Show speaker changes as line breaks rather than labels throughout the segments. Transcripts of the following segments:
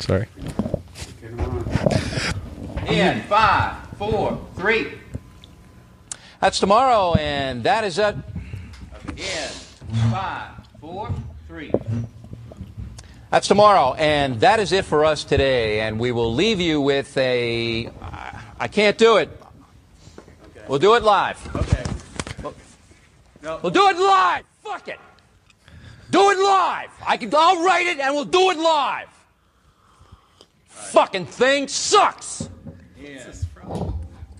Sorry.
In five, four, three. That's tomorrow, and that is it. In five, four, three. That's tomorrow, and that is it for us today. And we will leave you with a. I- I can't do it. We'll do it live.
Okay.
We'll do it live. Fuck it. Do it live. I can. I'll write it, and we'll do it live. Fucking thing sucks.
In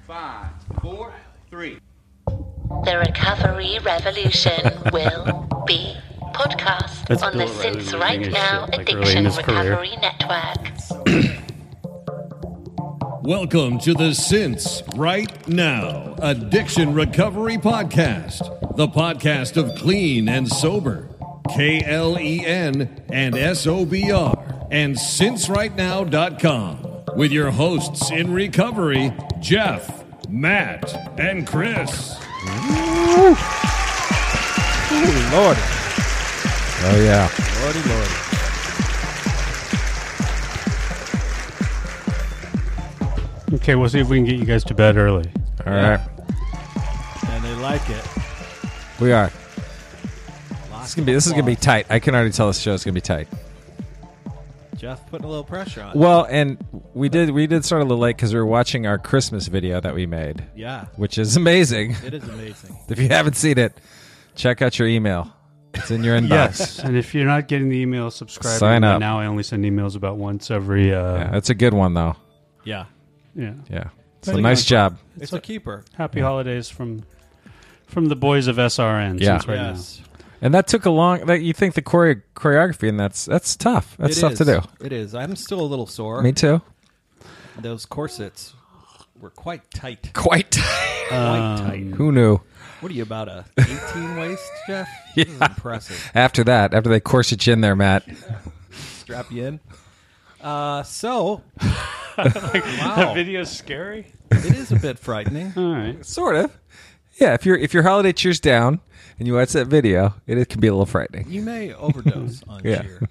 five, four, three.
The Recovery Revolution will be podcast
That's
on the
Bill O'Reilly
Since
losing
Right
his
Now
shit, like, early in
Addiction
his career.
Recovery Network.
Welcome to the Since Right Now Addiction Recovery Podcast, the podcast of clean and sober, K L E N and S O B R, and sincerightnow.com with your hosts in recovery, Jeff, Matt, and Chris.
Ooh, Lord. Oh yeah.
Lordy, lordy.
Okay, we'll see if we can get you guys to bed early.
All right.
And they like it.
We are. This is gonna be. This is gonna be tight. I can already tell this show is gonna be tight.
Jeff putting a little pressure on.
Well, and we did. We did start a little late because we were watching our Christmas video that we made,
Yeah,
which is amazing.
it is amazing.
If you haven't seen it, check out your email. It's in your inbox.
Yes, and if you're not getting the email, subscribe.
Sign
Right
up.
Now I only send emails about once every.
Yeah,
Uh,
that's a good one though.
Yeah,
yeah.
Yeah. So nice job.
it's, a keeper.
Happy holidays from from the boys of SRN.
Yeah.
Since right
yes,
And that took a long. That you think the choreo- choreography and that's that's tough. That's
It
tough to
is.
do.
It is. I'm still a little sore.
Me too.
Those corsets were quite tight.
Quite.
Quite tight.
Who knew?
What are you about a 18 waist, Jeff? This is impressive.
After that, after they corset you in there, Matt.
Strap you in. Uh, so
now.
Wow.
That video's scary.
it is a bit frightening.
All right.
Sort of. Yeah. If your if your holiday cheers down and you watch that video, it, it can be a little frightening.
You may overdose on
Yeah.
cheer.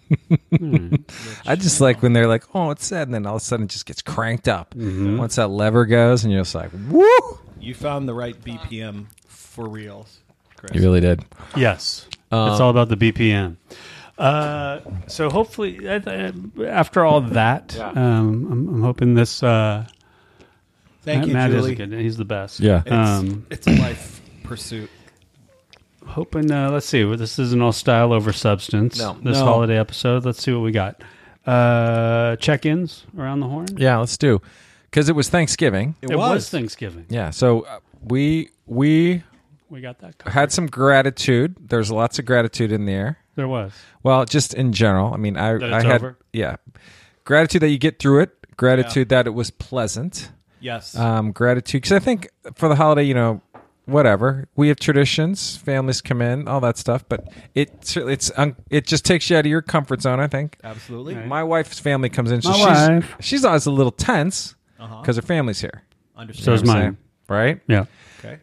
I just like when they're like, "Oh, it's sad," and then all of a sudden it just gets cranked up.
Mm-hmm.
Once that lever goes, and you're just like, "Woo!"
You found the right BPM for reals, Chris.
You really did.
Yes. it's all about the BPM. Uh, so hopefully, uh, uh, after all that, um, I'm, I'm hoping this. Uh,
Thank
Matt,
you,
Matt
Julie.
is good. He's the best.
Yeah.
It's,
Um,
it's a life pursuit.
hoping uh, let's see well, this isn't all style over substance
No.
this
No.
holiday episode let's see what we got uh check-ins around the horn
Yeah. Let's do because it was Thanksgiving.
it was. thanksgiving
Yeah. So uh, we we
we got that covered.
had some gratitude. There's lots of gratitude in the air.
there was
Well, just in general. I mean, I
That
I
it's
had
over?
yeah, gratitude that you get through it. Gratitude that it was pleasant.
Yes.
Um, gratitude because I think for the holiday, you know, whatever we have traditions, families come in, all that stuff. But it certainly- it's un- it just takes you out of your comfort zone. I think.
Absolutely.
My wife's family comes in. So
My
she's,
wife.
she's always a little tense because
Uh-huh.
her family's here,
Understand.
so is mine
right?
yeah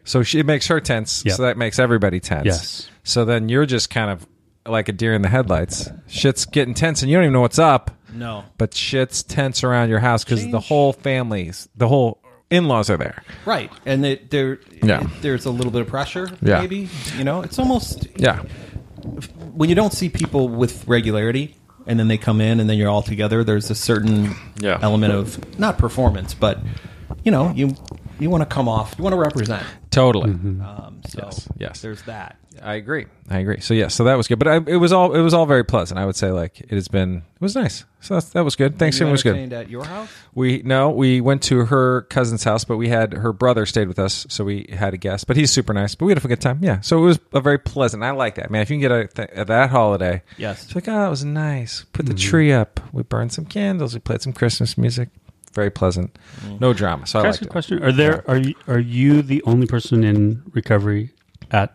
So she makes her tense.
Yep.
So that makes everybody tense.
Yes.
So then you're just kind of like a deer in the headlights. Shit's getting tense and you don't even know what's up,
no.
but shit's tense around your house because the whole family's, the whole in laws are there.
Right. And it, there,
Yeah.
it- there's a little bit of pressure,
Yeah.
maybe. You know, it's almost
Yeah.
when you don't see people with regularity and then they come in and then you're all together, there's a certain
Yeah.
element of not performance, but, you know, you you want to come off, you want to represent.
Totally.
Mm-hmm.
Um, so
Yes, yes.
There's that.
I agree. I agree. So yeah, so that was good. But I, it was all it was all very pleasant. I would say like it has been it was nice. So that's, that was good. Thanksgiving
You
was good.
entertained at your house?
We no, we went to her cousin's house, but we had her brother stayed with us, so we had a guest. But he's super nice. But we had a good time. Yeah, so it was a very pleasant. I like that man. If you can get a th- at that holiday,
Yes.
it's like oh, that was nice. Put
Mm-hmm.
the tree up. We burned some candles. We played some Christmas music. Very pleasant. No drama.
Mm-hmm. Can
So
I
I
ask
liked
you a
it.
question are there are you are you the only person in recovery at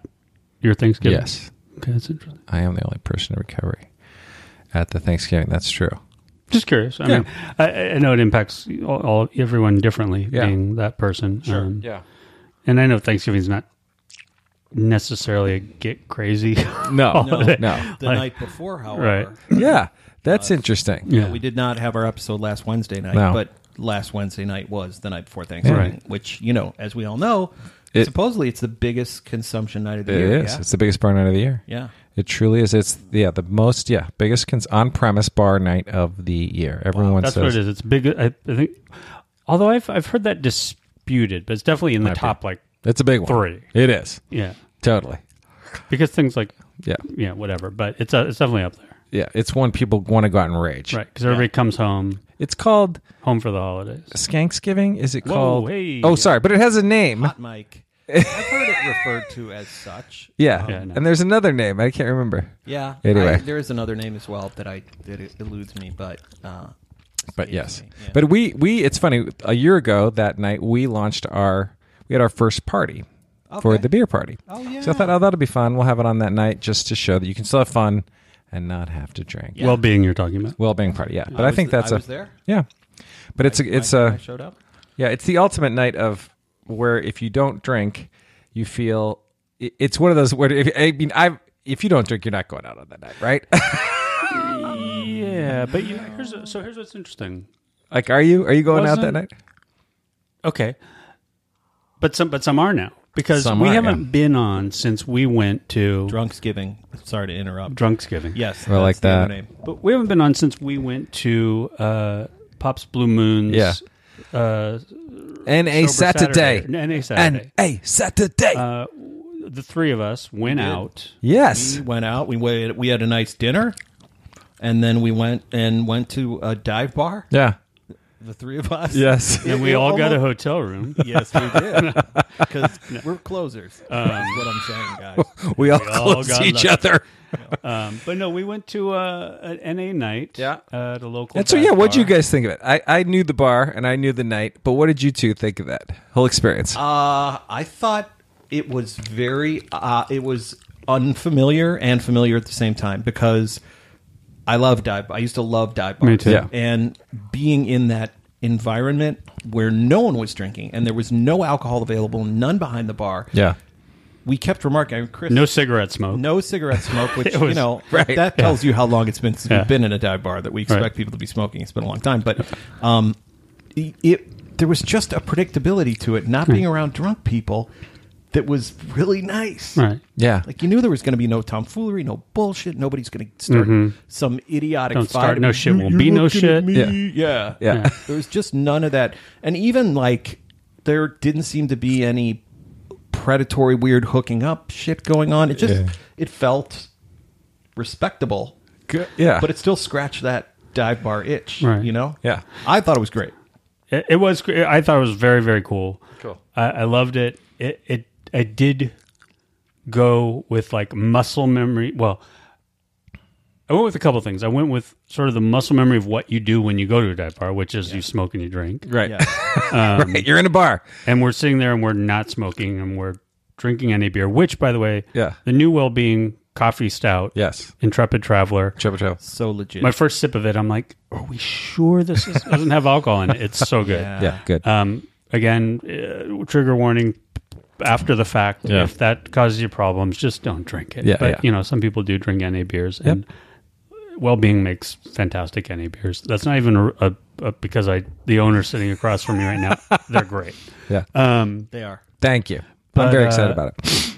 your thanksgiving
Yes,
okay that's interesting
I am the only person in recovery at the Thanksgiving. That's true.
just curious i
Yeah.
mean I, I know it impacts all, all everyone differently
Yeah.
being that person sure.
Yeah.
and i know thanksgiving's not necessarily a get crazy
No. No.
The night before, however.
right
Oh, Yeah. That's interesting.
Uh, Yeah.
We did not have our episode last Wednesday night,
No.
but last Wednesday night was the night before Thanksgiving,
Right.
which, you know, as we all know,
It-
supposedly it's the biggest consumption night of the
It
year.
is.
yeah?
It's the biggest bar night of the year.
Yeah.
It truly is. It's yeah the most yeah biggest cons- on premise bar night of the year. Everyone
That's
says
what it is. It's big. I, I think, although I've I've heard that disputed, but it's definitely in the
Might be.
top like
It's a big one.
Three.
It is
yeah,
totally.
because things like
Yeah,
yeah whatever, but it's uh, it's definitely up there,
yeah. It's one people want to go out and rage.
right? Because everybody comes home
It's called
home for the holidays.
Skanksgiving. Is it
Whoa,
called?
hey.
Oh, sorry, but it has a name.
Hot mic. I've heard it referred to as such.
Yeah,
Yeah, I know.
and there's another name I can't remember.
Yeah.
Anyway.
I- there is another name as well that I that it eludes me, but uh,
but yes,
Yeah.
but we we it's funny. A year ago that night we launched our we had our first party for
Okay.
the beer party.
Oh,
So I thought oh that'll be fun. We'll have it on that night just to show that you can still have fun and not have to drink.
Well being you're talking about.
Well being party, yeah. But I, think
th-
that's
I
a
was there.
yeah. But it's a it's
I,
a
I showed up.
yeah it's the ultimate night of where if you don't drink you feel it- it's one of those where if, I mean I if you don't drink you're not going out on that night right
Yeah, but you know, here's so here's what's interesting.
like are you are you going out that
Wasn't-
night
Okay, but some but some are now because
Some
we
are,
haven't
yeah.
been on since we went to
Drunksgiving. Sorry to interrupt.
Drunksgiving.
yes.
Well, like
that's the other
that.
name.
But we haven't been on since we went to uh, Pop's Blue Moons.
Yeah.
Uh,
and a
Sober
Saturday,
And a Saturday.
and a Saturday
the three of us went out.
yes
We went out. We waited, we had a nice dinner, and then we went and went to a dive bar.
yeah
The three of us.
yes
And we
it
all got a
almost-
hotel room.
Yes, we did. Because we're closers.
Um,
That's what I'm saying, guys.
we all
all
close
got
each
lucky.
other
Um, but no, we went to uh, an NA night
Yeah.
uh, at a local.
and so
dive
yeah what'd you
bar.
guys think of it I, I knew the bar and I knew the night but what did you two think of that whole experience
Uh, I thought it was very. Uh, it was unfamiliar and familiar at the same time because I love dive. I used to love dive bars.
Me too. Yeah.
And being in that environment where no one was drinking and there was no alcohol available, none behind the bar.
yeah
We kept remarking, I mean, Chris,
No cigarette smoke.
no cigarette smoke, which
It was-
you know
Right.
that tells you how long it's been since
Yeah.
we've been in a dive bar that we expect
Right.
people to be smoking. It's been a long time, but um, it, it there was just a predictability to it, not
Hmm.
being around drunk people, that was really nice.
Right.
yeah
Like you knew there was going to be no tomfoolery, no bullshit. Nobody's going to start some idiotic.
Mm-hmm. Don't
fight
start no
about,
shit,
"You-
won't
you're
be no
looking
shit."
at me."
Yeah.
yeah,
yeah
there was just none of that. And even like there didn't seem to be any predatory weird hooking up shit going on. It just
Yeah.
it felt respectable.
Good. yeah
But it still scratched that dive bar itch,
Right.
you know?
Yeah.
I thought it was great.
It, it was. gr- I thought it was very very cool. Cool. I, I loved it. It it I did go with like muscle memory. Well, I went with a couple things. I went with sort of the muscle memory of what you do when you go to a dive bar, which is you smoke and you drink.
right right you're in a bar
and we're sitting there and we're not smoking and we're drinking any beer, which, by the way,
Yeah.
the new well being coffee stout,
yes
intrepid traveler.
Trouble Trouble.
So legit.
My first sip of it, I'm like, are we sure this is, doesn't have alcohol in it? It's so good.
yeah good
Um, again, uh, trigger warning after the fact.
Yeah.
If that causes you problems, just don't drink it.
Yeah,
but
yeah.
you know, some people do drink NA beers, and well-being makes fantastic NA beers. That's not even a, a, a because I the owner sitting across from me right now. They're great.
yeah
they are.
Thank you.
But,
I'm very
uh,
excited about it.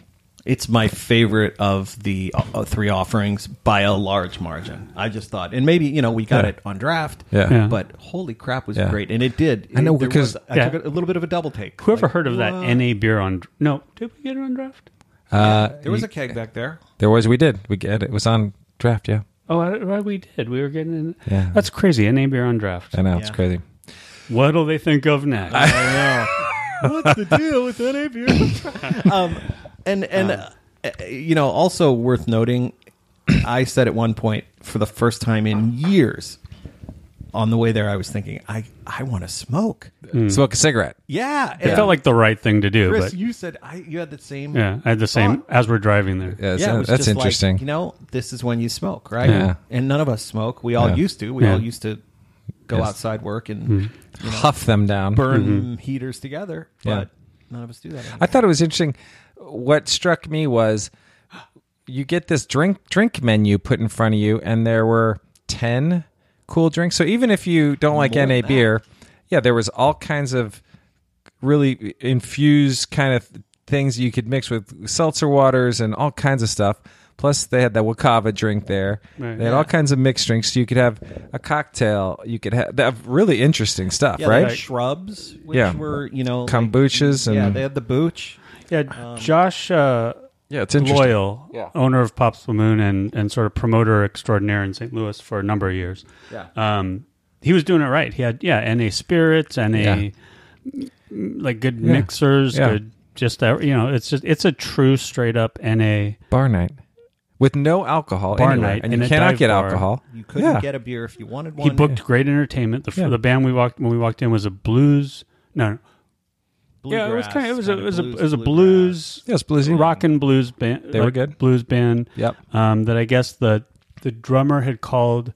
It's my favorite of the uh, three offerings by a large margin. I just thought, and maybe you know we got it on draft,
Yeah. Yeah.
But holy crap, was
Yeah.
great, and it did.
I know,
There
because-
was- I
Yeah.
took a, a little bit of a double take.
Whoever
Like,
heard of
what?
that NA beer on no? Did we get it on draft?
There was a keg back there.
There was we did we get it was on draft. Yeah,
Oh, I, right, we did. We were getting in.
Yeah.
That's crazy. NA beer on draft.
I know it's
Yeah.
crazy.
What'll they think of next?
What's the deal with that beer? um, and and uh, uh, you know, also worth noting, I said at one point for the first time in years, on the way there, I was thinking, I I want to smoke.
Smoke a cigarette.
Yeah,
it
and
felt like the right thing to do,
Chris,
but
you said I you had the same.
yeah, I had the same
Thought.
as we're driving there.
Yeah,
Yeah, it
so
was
that's
just like,
interesting.
you know, this is when you smoke, right?
Yeah.
And none of us smoke. We all
Yeah.
used to. We
Yeah.
all used to go
Yes.
outside work and
Huff them down.
burn heaters together, but
Yeah.
none of us do that. anymore.
I thought it was interesting. What struck me was you get this drink drink menu put in front of you, and there were ten cool drinks. So even if you don't like
More
NA
than that.
beer, yeah, there was all kinds of really infused kind of things you could mix with seltzer waters and all kinds of stuff. Plus, they had that Wakava drink there.
Right.
They had all kinds of mixed drinks. you could have a cocktail. You could have they have really interesting stuff,
Yeah, they
right?
had shrubs, which
Yeah.
were you know like-
Kombuchas and
yeah, they had the booch.
Yeah, Josh uh,
Um, yeah, it's interesting.
Loyal, owner of Pops Lamoon and, and sort of promoter extraordinaire in St. Louis for a number of years.
Yeah.
Um, he was doing it right. He had, yeah, NA spirits, NA,
Yeah.
like good mixers,
Yeah.
good, just that, you know, it's just, it's a true straight up NA.
Bar night with no alcohol.
Bar
anywhere,
night
and
in
you
a
cannot
dive
get
bar.
alcohol.
You couldn't
Yeah.
get a beer if you wanted one.
He booked great entertainment. The, f
Yeah.
the band we walked, when we walked in was a blues, no, no, yeah, it was
Bluegrass,
kind of it was a
kinda
it was a
blues,
it was a
bluegrass.
blues,
Yeah, it's bluesy.
rock and blues band.
They were good.
blues band.
Yep.
Um, that I guess the the drummer had called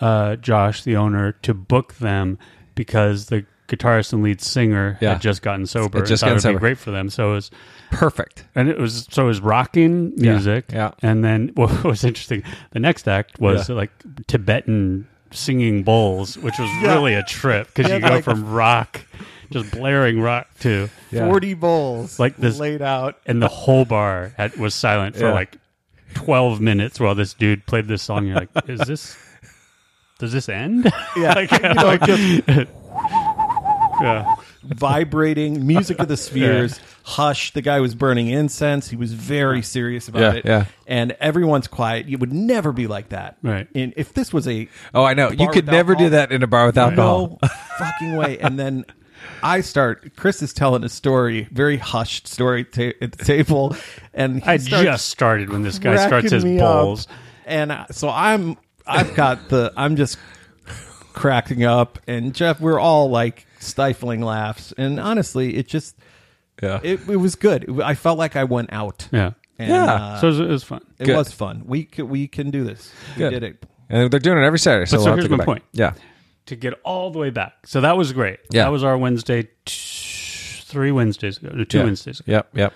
uh, Josh, the owner, to book them because the guitarist and lead singer
Yeah.
had just gotten sober.
It just
and
gotten
thought it'd
sober.
Be great for them. So it was
Perfect.
and it was so it was rocking
Yeah,
music.
yeah.
And then what was interesting, the next act was like Tibetan singing bowls, which was really a trip because you go from rock, just blaring rock to
Yeah.
forty bowls
Like this-
laid out.
and the whole bar had, was silent for
Yeah.
like 12 minutes while this dude played this song. You're like, is this, does this end?
Yeah,
like,
you know, just
yeah.
vibrating music of the spheres. Hush. The guy was burning incense. He was very serious about
Yeah,
it.
yeah.
And everyone's quiet. You would never be like that.
Right.
And if this was a
Oh, I know. You
bar
could
with
never do
alcohol.
that in a bar with alcohol.
no fucking way. And then I start. Chris is telling a story, very hushed story ta- at the table, and he
I
starts
just started when this guy
cracking
starts his
me
bowls.
up. and I, so I'm. I've got the. I'm just cracking up, and Jeff. We're all like stifling laughs, and honestly, it just.
Yeah.
It, it was good. I felt like I went out.
Yeah.
And,
Yeah.
uh,
so it was, it was fun.
it
Good.
was fun. We c- we can do this. We
Good.
did it.
And they're doing it every Saturday. So,
But so
we'll have
here's
to go
my
back.
point.
Yeah.
to get all the way back. So that was great.
Yeah.
That was our Wednesday, t- three Wednesdays ago, no, two
yeah.
Wednesdays ago.
Yep. Yep.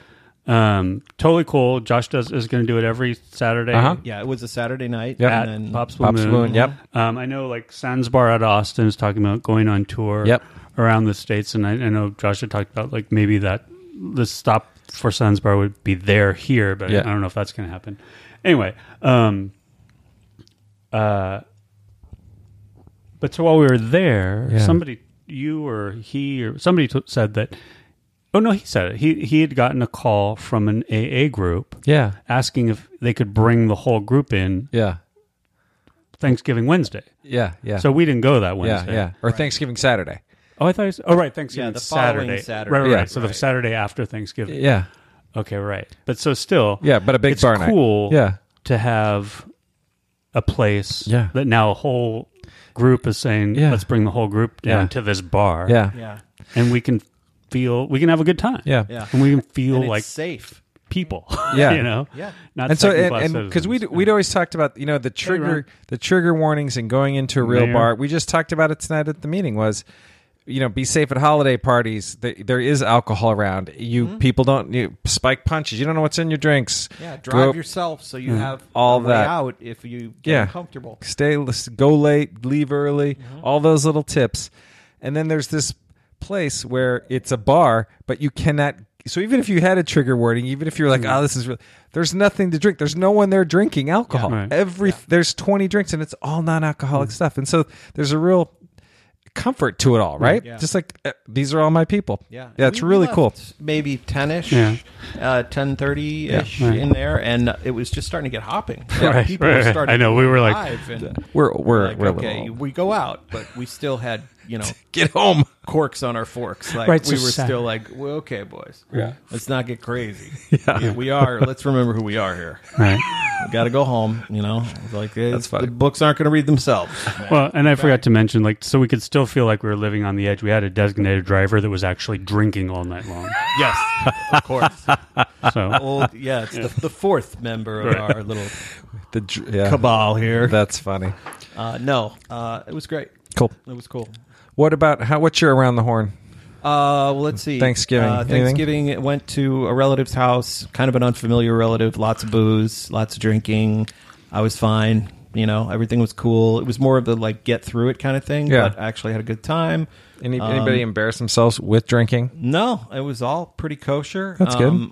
Um, totally cool. Josh does is going to do it every Saturday
Uh-huh.
Yeah, it was a Saturday night.
Yep.
at
And then
Pops Blue
Pops
Moon.
Balloon. Yep.
Um, I know like Sans Bar out of Austin is talking about going on tour
Yep.
around the states, and I, I know Josh had talked about like maybe that the stop for Sans Bar would be there here, but
Yeah.
I don't know if that's going to happen. Anyway, um, uh, but so while we were there,
Yeah.
somebody you or he or somebody t- said that. Oh no, he said it. He he had gotten a call from an AA group
Yeah.
asking if they could bring the whole group in
Yeah.
Thanksgiving Wednesday.
Yeah. Yeah.
So we didn't go that
yeah.
Wednesday.
Yeah. Or Thanksgiving Saturday.
Oh, I thought. You said, oh, right. Thanksgiving.
Yeah, the following
Saturday.
Saturday.
Right. Right.
Yeah.
right. So the Saturday after Thanksgiving.
Yeah.
Okay. Right. But so still.
Yeah. But a big
it's
bar night.
cool
Yeah.
To have a place.
Yeah.
That now a whole group is saying,
Yeah.
let's bring the whole group down
Yeah.
to this bar.
Yeah.
yeah,
And we can feel we can have a good time.
Yeah.
Yeah.
And we can
and
feel
it's
like
safe.
people.
Yeah.
you know.
Yeah.
Not
and so
second class
and because
citizens.
we we'd always talked about you know the trigger the trigger warnings and going into a real
Mayor.
bar. We just talked about it tonight at the meeting. Was you know be safe at holiday parties. Th- There is alcohol around. You people don't you spike punches. You don't know what's in your drinks.
Hmm? Yeah, drive
Go-
yourself so you have
All
a way
that.
out if you get
Yeah.
uncomfortable.
stay go late leave early
Mm-hmm.
all those little tips and then there's this place where it's a bar but you cannot so even if you had a trigger warning even if you're like
Mm-hmm.
oh this is real there's nothing to drink there's no one there drinking alcohol
Right.
every there's 20 drinks and it's all non-alcoholic
Mm.
stuff and so there's a real comfort to it all right
Yeah.
just like eh, these are all my people
Yeah,
yeah it's
We
really
left
cool
Maybe ten ish,
Yeah.
uh, ten thirty ish
Yeah. Right.
in there, and it was just starting to get hopping.
Right,
people
right,
were
right.
starting.
I know, we were like-
live and
we're we're,
like,
we're a
okay,
little,
we go out, but we still had you know
get home
corks on our forks. Like
Right,
we
so
were
sad.
still like, well, okay, boys,
Yeah.
let's not get crazy. yeah. we are. Let's remember who we are here.
Right.
We got to go home. You know, like it's-
funny.
the books aren't going to read themselves.
Well, and I forgot to mention, like, so we could still feel like we were living on the edge. We had a designated driver that was actually drinking all night long.
yes, of course.
So,
Old, yeah, it's The, the fourth member of our little
the dr- yeah
cabal here.
that's funny
Uh, no, uh, it was great.
cool
It was cool.
what about how what's your around the horn
Uh, well, let's see.
Thanksgiving.
Uh,
Anything?
Thanksgiving it went to a relative's house, kind of an unfamiliar relative. Lots of booze, lots of drinking. I was fine. You know, everything was cool. It was more of the like get through it kind of thing.
Yeah.
But I actually had a good time.
Any, anybody embarrass themselves with drinking?
No, it was all pretty kosher. Um,
That's good.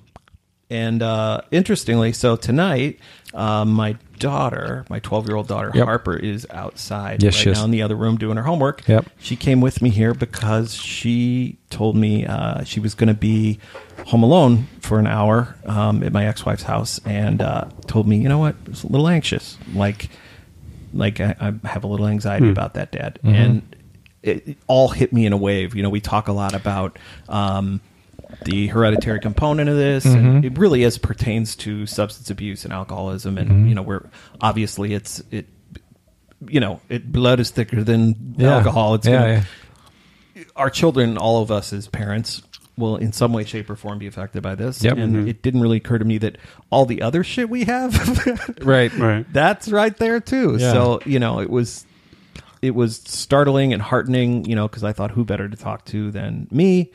And uh, interestingly, so tonight, uh, my daughter, my 12 year old daughter
Yep.
Harper, is outside
Yes,
right
she is.
now in the other room doing her homework.
Yep.
She came with me here because she told me uh, she was going to be home alone for an hour um, at my ex wife's house and uh, told me, you know what, I was a little anxious. Like, like I, I have a little
Hmm.
anxiety about that, Dad.
Mm-hmm.
And it, it all hit me in a wave. You know, we talk a lot about um, the hereditary component of this.
Mm-hmm.
And it really is pertains to substance abuse and alcoholism, and
Mm-hmm.
you know, we're obviously it's it. You know, it blood is thicker than
Yeah.
alcohol. It's
Yeah,
gonna,
yeah.
our children, all of us as parents, will in some way, shape, or form be affected by this.
Yep. Mm-hmm.
And it didn't really occur to me that all the other shit we have
Right.
Right.
that's right there too.
Yeah.
So you know, it was it was startling and heartening. You know, because I thought who better to talk to than me.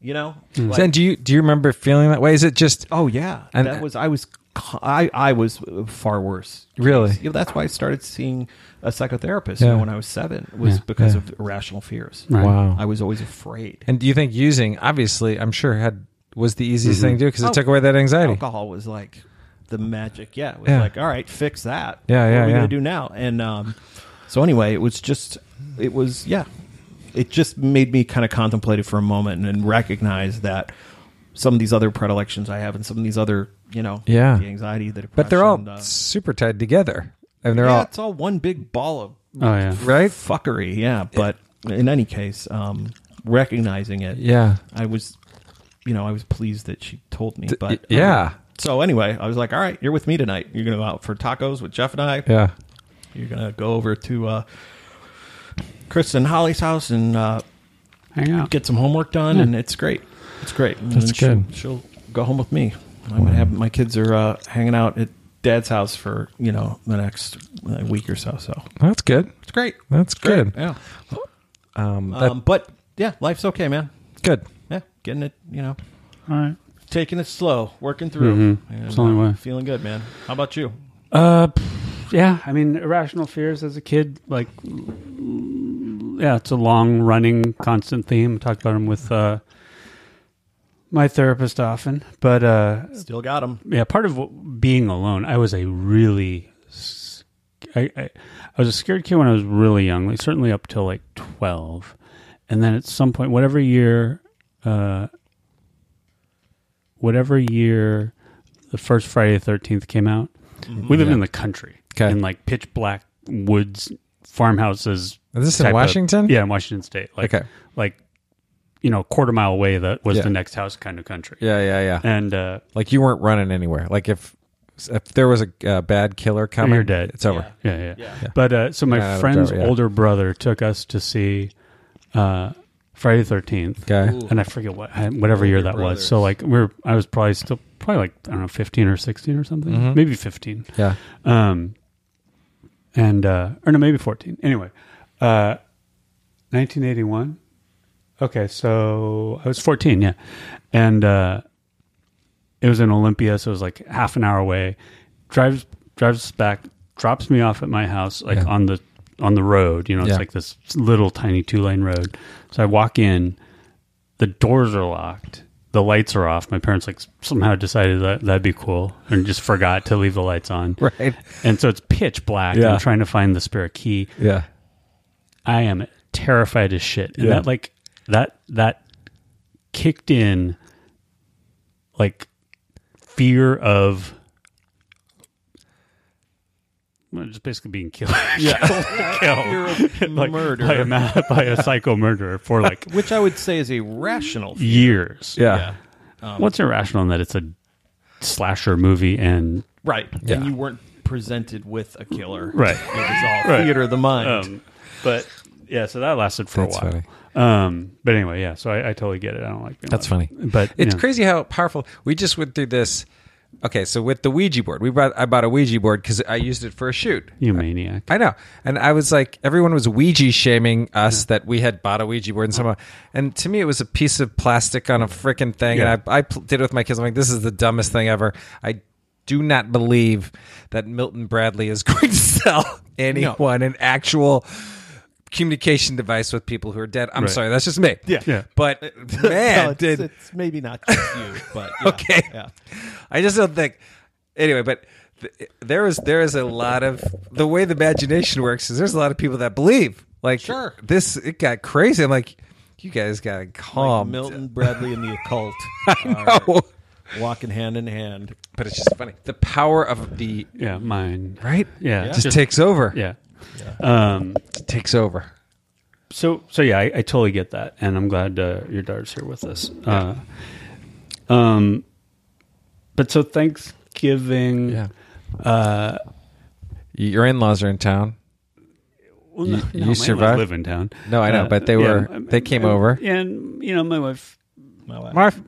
You know, Like,
Zen, do you do you remember feeling that way? Is it just
oh yeah,
And-
that was I was co- I I was uh, far worse.
Really?
You know, that's why I started seeing a psychotherapist.
Yeah.
You know, when I was seven, was because
Yeah.
of irrational fears.
Right.
Wow.
I was always afraid.
And do you think using obviously I'm sure had was the easiest thing to do because it
Oh.
took away that anxiety.
alcohol was like the magic. Yeah, it was
Yeah.
like, all right, fix that.
Yeah,
what
yeah,
Are we
yeah.
gonna do now? And um, so anyway, it was just, it was yeah, it just made me kind of contemplate it for a moment and, then recognize that some of these other predilections I have and some of these other you know
Yeah.
the anxiety that
But they're all
uh,
super tied together, and they're
yeah,
all
it's all one big ball of
Oh yeah.
right.
fuckery. Yeah, but in any case, um, recognizing it,
Yeah.
I was. You know, I was pleased that she told me, but um,
yeah.
so anyway, I was like, "All right, you're with me tonight. You're gonna go out for tacos with Jeff and I.
Yeah.
You're gonna go over to uh, Chris and Holly's house and uh,
Hang out.
get some homework done. And it's great. It's great. And That's
good.
She'll, she'll go home with me. I'm gonna have my kids are uh, hanging out at Dad's house for you know the next uh, week or so. So
That's good.
it's great.
That's good.
Yeah.
Um, that-
Um, but yeah, life's okay, man.
good.
Yeah, getting it. You know,
All right.
taking it slow, working through. And,
Mm-hmm. It's the only
uh,
way.
Feeling good, man. How about you?
Uh, pff, yeah. I mean, irrational fears as a kid, like, yeah, it's a long running, constant theme. I talked about them with uh, my therapist often, but uh,
Still got them.
yeah, part of what- being alone, I was a really, s- I, I, I was a scared kid when I was really young, like certainly up till like twelve, and then at some point, whatever year, uh, whatever year, the first Friday the Thirteenth came out, we lived in the country,
Mm-hmm. Okay.
in like pitch black woods, farmhouses.
Is this in
type of-
Washington?
yeah, in Washington State. Like,
Okay.
like you know, a quarter mile away that was
Yeah.
the next house kind of country.
Yeah. Yeah. Yeah.
And uh,
Like you weren't running anywhere. Like if if there was a uh, bad killer coming,
You're dead.
It's over.
Yeah, yeah. But uh, so my
Yeah, that'll
friend's
drive- yeah.
older brother took us to see uh, Friday the Thirteenth.
Okay. Ooh.
and I forget what I- whatever year that was. So like we we're I was probably still probably like I don't know fifteen or sixteen or something, maybe fifteen.
Mm-hmm. Yeah.
Um, and uh, or no, maybe fourteen. Anyway, uh, nineteen eighty one. Okay, so I was fourteen, yeah, and uh, it was in Olympia, so it was like half an hour away. drives drives us back, drops me off at my house, like
Yeah.
on the on the road. You know, it's
Yeah.
like this little tiny two lane road. So I walk in, the doors are locked. The lights are off. My parents like somehow decided that that'd be cool and just forgot to leave the lights on.
Right.
And so it's pitch black.
Yeah.
I'm trying to find the spare key.
Yeah.
I am terrified as shit. And
Yeah.
that like that that kicked in like fear of well, just basically being killed. Yeah. killed. like,
murder.
By a, ma- by a psycho murderer for like
which I would say is a rational.
years.
Yeah.
What's irrational in that it's a slasher movie and
Right.
Yeah.
And you weren't presented with a killer.
Right.
It was all
Right.
theater of the mind.
um, but yeah, so that lasted for
That's
a while.
funny.
Um, but anyway, yeah, so I, I totally get it. I don't like being
That's
alone.
funny.
but you
it's
know.
crazy how powerful. We just went through this. Okay, so with the Ouija board, we bought. I bought a Ouija board because I used it for a shoot.
You maniac.
I know. And I was like, everyone was Ouija shaming us that we had bought a Ouija board and somehow. And to me, it was a piece of plastic on a freaking thing.
Yeah.
And I, I pl- did it with my kids. I'm like, this is the dumbest thing ever. I do not believe that Milton Bradley is going to sell anyone an actual communication device with people who are dead. I'm
Right.
sorry, that's just me.
Yeah.
Yeah.
But man,
No, it's,
did
it's maybe not just you, but yeah,
okay.
yeah.
I just don't think. Anyway, but th- there is there is a lot of the way the imagination works is there's a lot of people that believe like
Sure.
this it got crazy. I'm like, you guys got to
Oh,
calm.
Milton Bradley and the occult
down.
are walking hand in hand.
but it's just funny. The power of the
Yeah, mine.
right,
Yeah,
just, takes over.
Yeah. Um,
It takes over.
so so yeah, I, I totally get that, and I'm glad uh, your daughter's here with us. Uh, um, but so Thanksgiving.
Yeah.
Uh,
Your in laws are in town.
Well,
You-
no,
you
no, my in-laws
survived?
Live in town. Uh,
No, I know, but they were- they came over.
and you know my wife
My wife.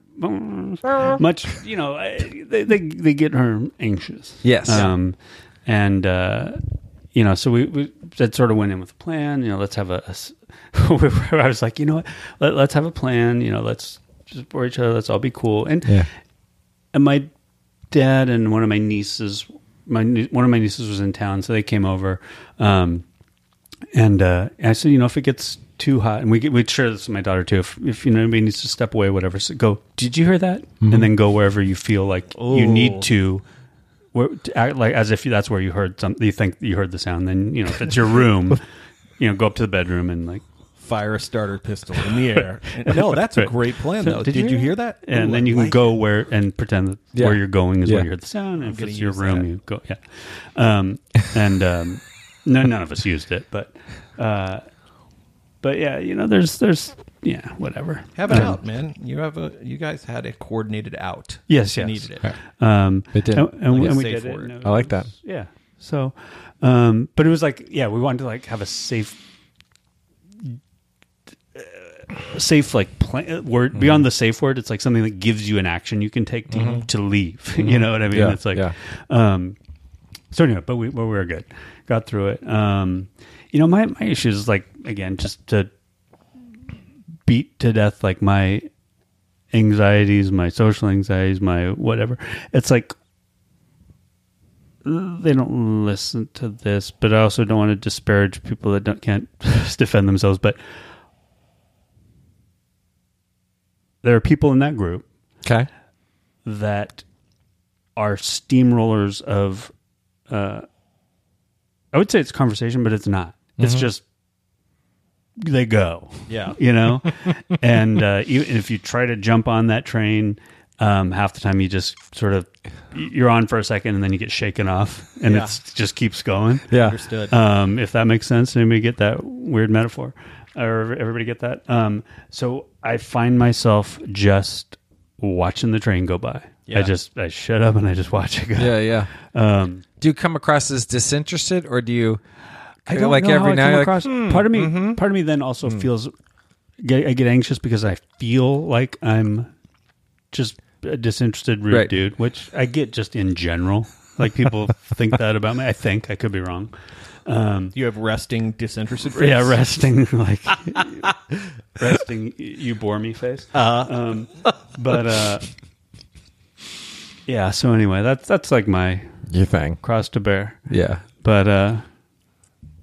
much you know I- they, they they get her anxious
Yes.
um and uh you know so we, we that sort of went in with a plan you know let's have a, a s- I was like you know what Let, let's have a plan you know let's support each other let's all be cool and and my dad and one of my nieces my nie- one of my nieces was in town so they came over um and uh, I said, you know, if it gets too hot, and we get, we'd share this with my daughter too. If, if you know anybody needs to step away, whatever, so go. Did you hear that? And then go wherever you feel like you need to, where, to act like as if that's where you heard something. You think you heard the sound. Then you know if it's your room, you know, go up to the bedroom and like.
Fire a starter pistol in the air. no, that's a great plan, though. Did, you hear that?
And
Ooh,
then
I
you can
like
go where and pretend that
Yeah.
where you're going is
Yeah.
where you heard the sound. And if
gonna
it's your
use
room,
that.
you go. Yeah. Um, and um, no, none of us used it, but uh, but yeah, you know, there's there's yeah, whatever.
it. Have it
Um,
out, man. You have a. You guys had a coordinated out.
Yes,
You
yes.
needed it.
Um,
It did.
And, and
Like
we-
a
and we
safe
did it.
word.
and it
I like
was-
that.
Yeah. So, um, but it was like, yeah, we wanted to like have a safe, uh, safe like plan, word
Mm-hmm.
beyond the safe word. It's like something that gives you an action you can take to, to leave. you know what I mean?
Mm-hmm. Yeah,
It's like,
yeah.
um, so anyway, but we, but we were good. Got through it. Um, you know, my, my issue is like, again, just to beat to death, like my anxieties, my social anxieties, my whatever. It's like, they don't listen to this, but I also don't want to disparage people that don't, can't defend themselves. But there are people in that group
Okay.
that are steamrollers of, uh, I would say it's conversation, but it's not. It's just they go,
Mm-hmm. Yeah.
you know, and uh, you, if you try to jump on that train. Um, half the time you just sort of you're on for a second and then you get shaken off and
Yeah.
it's just keeps going
Yeah.
Understood.
um, if that makes sense. Anybody get that weird metaphor? Or everybody get that? Um, so I find myself just watching the train go by.
Yeah.
I just I shut up and I just watch it go.
Yeah. Yeah.
Um,
Do you come across as disinterested or do you
I don't
like
know
every
how I
now
come
you're like, hmm, mm-hmm.
across. part of me, part of me, then also feels. Get, I get anxious because I feel like I'm just a disinterested rude
Right.
dude, which I get just in general. Like people think that about me. I think I could be wrong.
you have resting disinterested. Face?
Yeah, resting like resting. You bore me face. Um, but uh, yeah. So anyway, that's that's like my
your thing?
cross to bear.
Yeah.
But uh,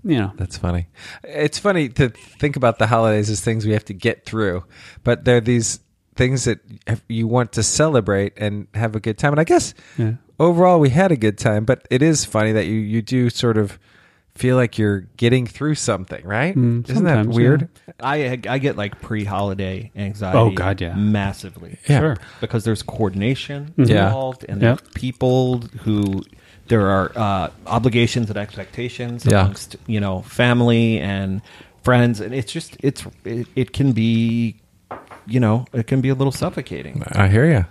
you know,
That's funny. It's funny to think about the holidays as things we have to get through, but they're these things that have- you want to celebrate and have a good time. And I guess
Yeah.
overall we had a good time, but it is funny that you you do sort of feel like you're getting through something, right? Isn't that
Mm, sometimes,
weird?
I I get like pre-holiday anxiety.
Oh, God, yeah.
massively.
Yeah.
sure. Mm-hmm.
because there's coordination
Yeah.
involved and there
Yeah.
are people who there are uh, obligations and expectations
Yeah.
amongst you know family and friends and it's just it's it, it can be you know it can be a little suffocating
I hear you.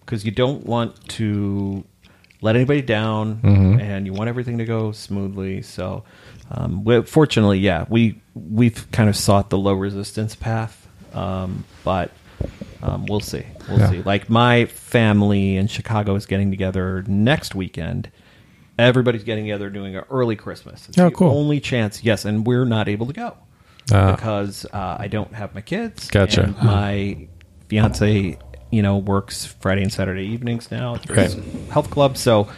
because you don't want to let anybody down
Mm-hmm.
and you want everything to go smoothly so um, we, fortunately yeah we we've kind of sought the low resistance path um, but um, we'll see we'll
Yeah.
see like my family in chicago is getting together next weekend everybody's getting together doing an early christmas it's
Oh,
the
cool.
only chance yes and we're not able to go
Ah.
because uh, i don't have my kids
Uh-huh. Gotcha.
and my fiance you know, works Friday and Saturday evenings now through his health club. So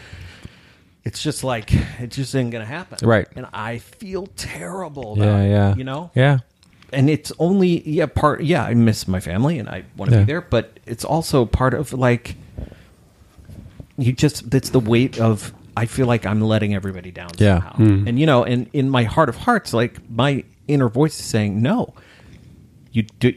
it's just like, it just isn't going to happen.
Right.
And I feel terrible. About
Yeah,
it,
yeah.
You know?
Yeah.
and it's only yeah part yeah i miss my family and i want to
Yeah.
be there but it's also part of like you just it's the weight of i feel like i'm letting everybody down
Yeah. Hmm.
somehow and you know and in my heart of hearts like my inner voice is saying no you do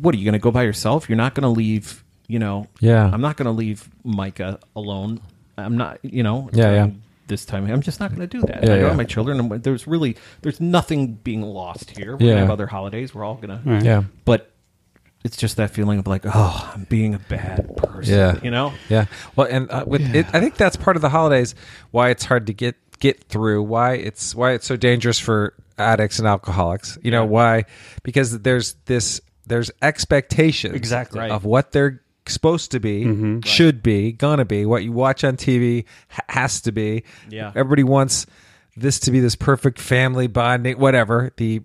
what are you going to go by yourself you're not going to leave you know
Yeah.
i'm not going to leave micah alone i'm not you know
Yeah, yeah.
during this time i'm just not going to do that
Yeah,
i know
yeah.
my children and there's really there's nothing being lost here we're
Yeah.
gonna have other holidays. We're all gonna,
Yeah.
but it's just that feeling of like, oh, I'm being a bad person.
Yeah.
you know.
Yeah. Well, and uh, with it, I think that's part of the holidays why it's hard to get get through. Why it's why it's so dangerous for addicts and alcoholics. You know why? Because there's this there's expectations
Exactly. Right. Mm-hmm.
of what they're supposed to be, should be, gonna be. What you watch on TV ha- has to be.
Yeah.
Everybody wants this to be this perfect family bonding, whatever the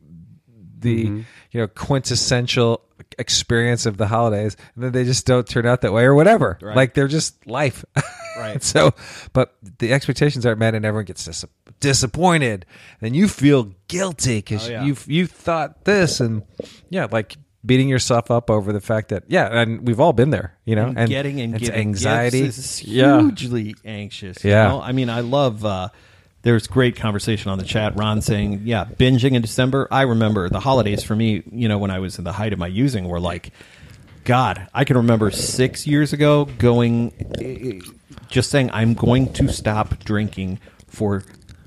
the
Mm-hmm.
you know quintessential experience of the holidays and then they just don't turn out that way or whatever like they're just life
Right.
so but the expectations aren't met and everyone gets dis- disappointed and you feel guilty because
Oh, yeah.
you you thought this and yeah like beating yourself up over the fact that yeah and we've all been there you know and,
Getting and
it's
getting
anxiety
gifts is
yeah
hugely anxious.
Yeah.
you know? I mean, I love. uh there's great conversation on the chat. Ron saying, "Yeah, binging in December." I remember the holidays for me. You know, when I was in the height of my using, were like, God, I can remember six years ago going, eh, eh, just saying, I'm going to stop drinking for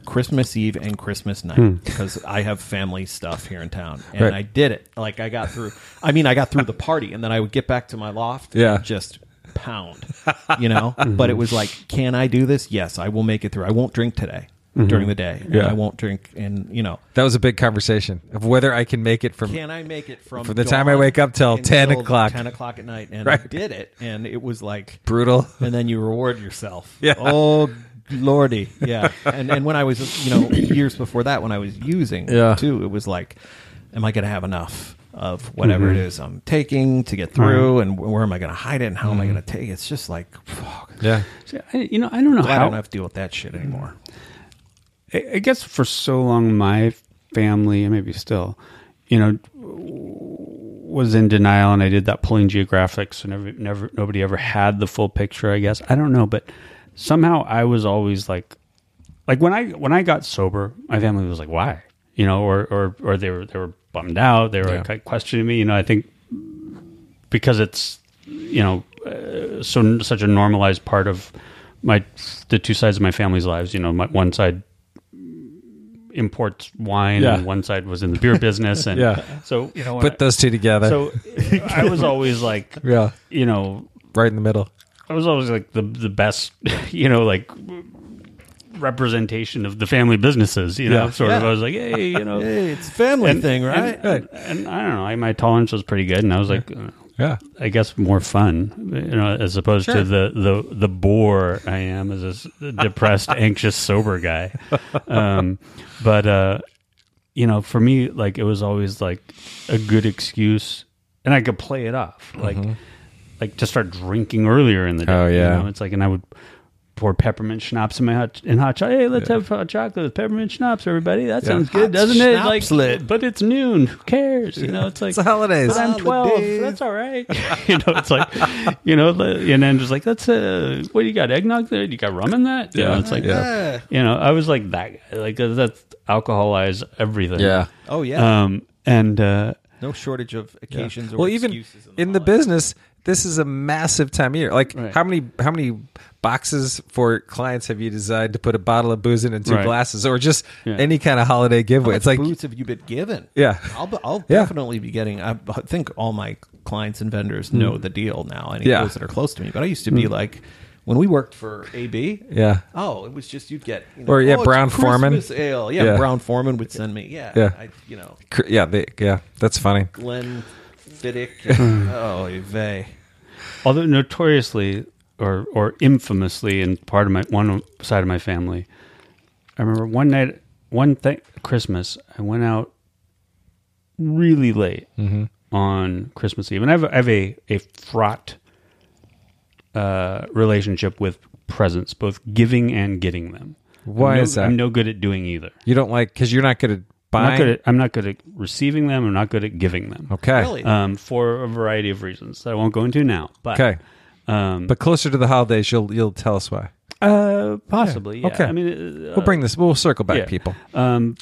Christmas Eve and Christmas night because I have family stuff here in town, and
Hmm. Right.
I did it. Like I got through. I mean, I got through the party, and then I would get back to my loft.
Yeah.
and just pound, you know. but
Mm-hmm.
it was like, can I do this? Yes, I will make it through. I won't drink today during the day. and
Mm-hmm. Yeah.
I won't drink, and you know,
that was a big conversation of whether i can make it from
can I make it from
From the time I
dawn
wake up till 10
until
o'clock.
ten o'clock at night? And I
Right.
did it, and it was like
brutal
and then you reward yourself.
Yeah.
Oh lordy. Yeah. And and when I was you know years before that when I was using
Yeah.
too, it was like, am I going to have enough of whatever
Mm-hmm.
it is I'm taking to get through, and where am I going to hide it, and how am
Mm-hmm.
I going to take? it? It's just like, fuck,
yeah
See, I, you know, I don't know
glad I
how.
don't have to deal with that shit anymore.
I, I guess for so long, my family, and maybe still, you know, was in denial, and I did that pulling geographics, so never, never, nobody ever had the full picture. I guess I don't know, but somehow I was always like, like when I when I got sober, my family was like, "Why?" You know, or or or they were they were bummed out. They were like questioning me. You know, I think because it's you know uh, so such a normalized part of my the two sides of my family's lives. You know, my one side imports wine,
Yeah.
and one side was in the beer business, and
Yeah.
so you know when I-
put those two together
so I was always like,
yeah
you know,
right in the middle
I was always like the the best, you know, like representation of the family businesses, you know,
Yeah.
sort of.
Yeah.
I was like, hey, you know,
Hey, it's a family thing, right?
and, and I don't know, I, my tolerance was pretty good, and I was like. uh,
yeah
I guess more fun, you know, as opposed to the, the the bore I am as this depressed, anxious, sober guy. Um, but uh, you know, for me, like it was always like a good excuse, and I could play it off, like like to start drinking earlier in the day.
Mm-hmm. Oh,
you
yeah.
know? it's like, and I would pour peppermint schnapps in my hot in hot chocolate. Hey, let's have hot chocolate with peppermint schnapps, everybody. That sounds good, doesn't it? Like,
schnapslet.
but it's noon. Who cares? You know, it's like
it's the holidays
but I'm 12. That's all right. you know, it's like, you know, the- and then just like, that's uh what do you got? Eggnog there? You got rum in that? You know, it's like,
Yeah.
you know, I was like that, guy. like uh, that's alcoholize everything.
yeah
Oh yeah,
Um, and, uh,
no shortage of occasions or
well even
excuses
in the business this is a massive time of year like
Right.
how many how many boxes for clients have you designed to put a bottle of booze in and two
Right.
glasses or just
Yeah.
any kind of holiday giveaway it's like
boots have you been given?
Yeah.
I'll, be- I'll
Yeah.
definitely be getting. I b- think all my clients and vendors know the deal now, and
Hmm. Yeah. Hmm.
those that are close to me. But I used to be like, when we worked for AB,
yeah
Oh, it was just you'd get you
Or, yeah,
"Oh, it's
Brown Foreman."
Christmas ale. Yeah,
Yeah.
Brown Foreman would send me. Yeah,
Yeah.
I, you know,
Cr- yeah they, yeah that's funny
Glenn Fiddick. and- oh, Yvay.
although notoriously or, or infamously in part of my, one side of my family, I remember one night, one thing, Christmas, I went out
Mm-hmm.
really late on Christmas Eve, and I have, I have a a fraught uh, relationship with presents, both giving and getting them.
Why
I'm no,
is that?
I'm no good at doing either.
You don't like because you're not good at
I'm not
buying.
good at, I'm not good at receiving them. I'm not good at giving them.
okay.
Really?
Um, for a variety of reasons that I won't go into now. But
Okay.
Um,
But closer to the holidays, you'll you'll tell us why.
uh, possibly. Yeah.
Okay.
I mean, uh,
We'll bring this. We'll circle back,
yeah.
people.
Um,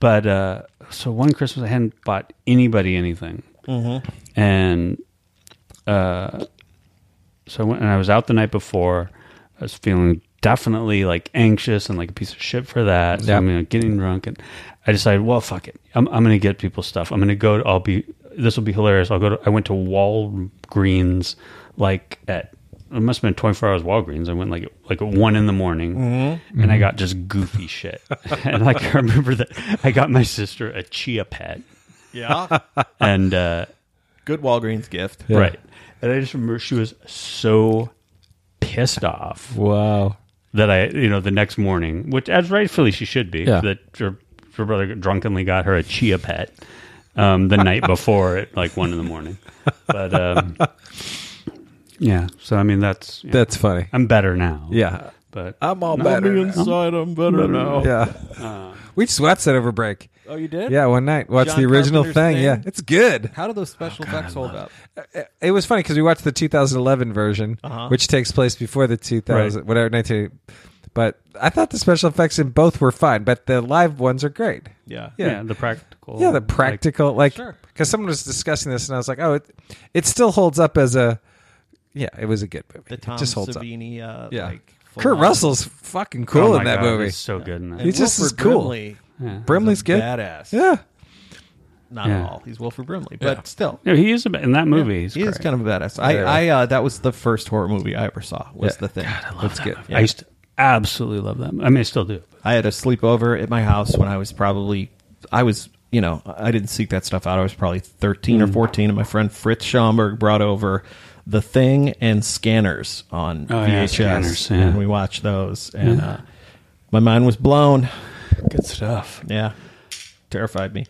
but uh, so one Christmas, I hadn't bought anybody anything, mm-hmm. and uh, so I went, and I was out the night before. I was feeling definitely like anxious and like a piece of shit for that. So
Yeah.
I'm you know, getting drunk, and I decided, well, fuck it, I'm, I'm gonna get people stuff. I'm gonna go. To, I'll be. This will be hilarious. I'll go to. I went to Walgreens like at. It must have been 24 hours Walgreens. I went like at- like at one in the morning, and I got just goofy shit. and like I remember that I got my sister a chia pet,
Yeah.
and uh,
Good Walgreens gift.
right, and I just remember she was so pissed off
Wow.
that I, you know, the next morning, which as rightfully she should be,
Yeah.
that her, her brother drunkenly got her a chia pet um, the night before at like one in the morning. But um, yeah, so I mean, that's, yeah.
That's funny.
I'm better now.
Yeah.
But
I'm all better. now.
I'm better, now.
Yeah. we just watched that over break.
Uh. Oh, you did?
Yeah, one night. Watched
John
the original thing.
Carpenter's thing?
Yeah, it's good.
How do those special
Oh,
effects hold up?
It was funny because we watched the 2011 version,
Uh-huh.
which takes place before the 2000
Right.
whatever 19. But I thought the special effects in both were fine, but the live ones are great.
Yeah.
yeah. the practical.
Yeah, the
like,
practical, like, because
Sure.
someone was discussing this, and I was like, "Oh, it, it still holds up as a, yeah, it was a good movie.
The
It
Tom
just holds up.
Savini. Uh,
Yeah,
Like,
Kurt
full-on-
Russell's fucking cool
oh my
in that
God,
movie.
It's so good in that.
And
He's just
Wilford
as cool.
Brimley,
Brimley's good.
badass.
Yeah,
Not
Yeah.
at all. He's Wilford Brimley, but still.
no, he is a, in that movie. he's
He is
great.
kind of a badass. I, I uh, that was the first horror movie I ever saw. Was the thing.
that's good.
I used to absolutely love that. I mean, I still do.
I had a sleepover at my house when I was probably I was you know I didn't seek that stuff out. I was probably thirteen
Mm.
or fourteen, and my friend Fritz Schomburg brought over the thing and scanners on
Oh, yeah,
VHS,
Scanners, yeah.
and we watched those. And uh, my mind was blown.
Good stuff.
Yeah, terrified me.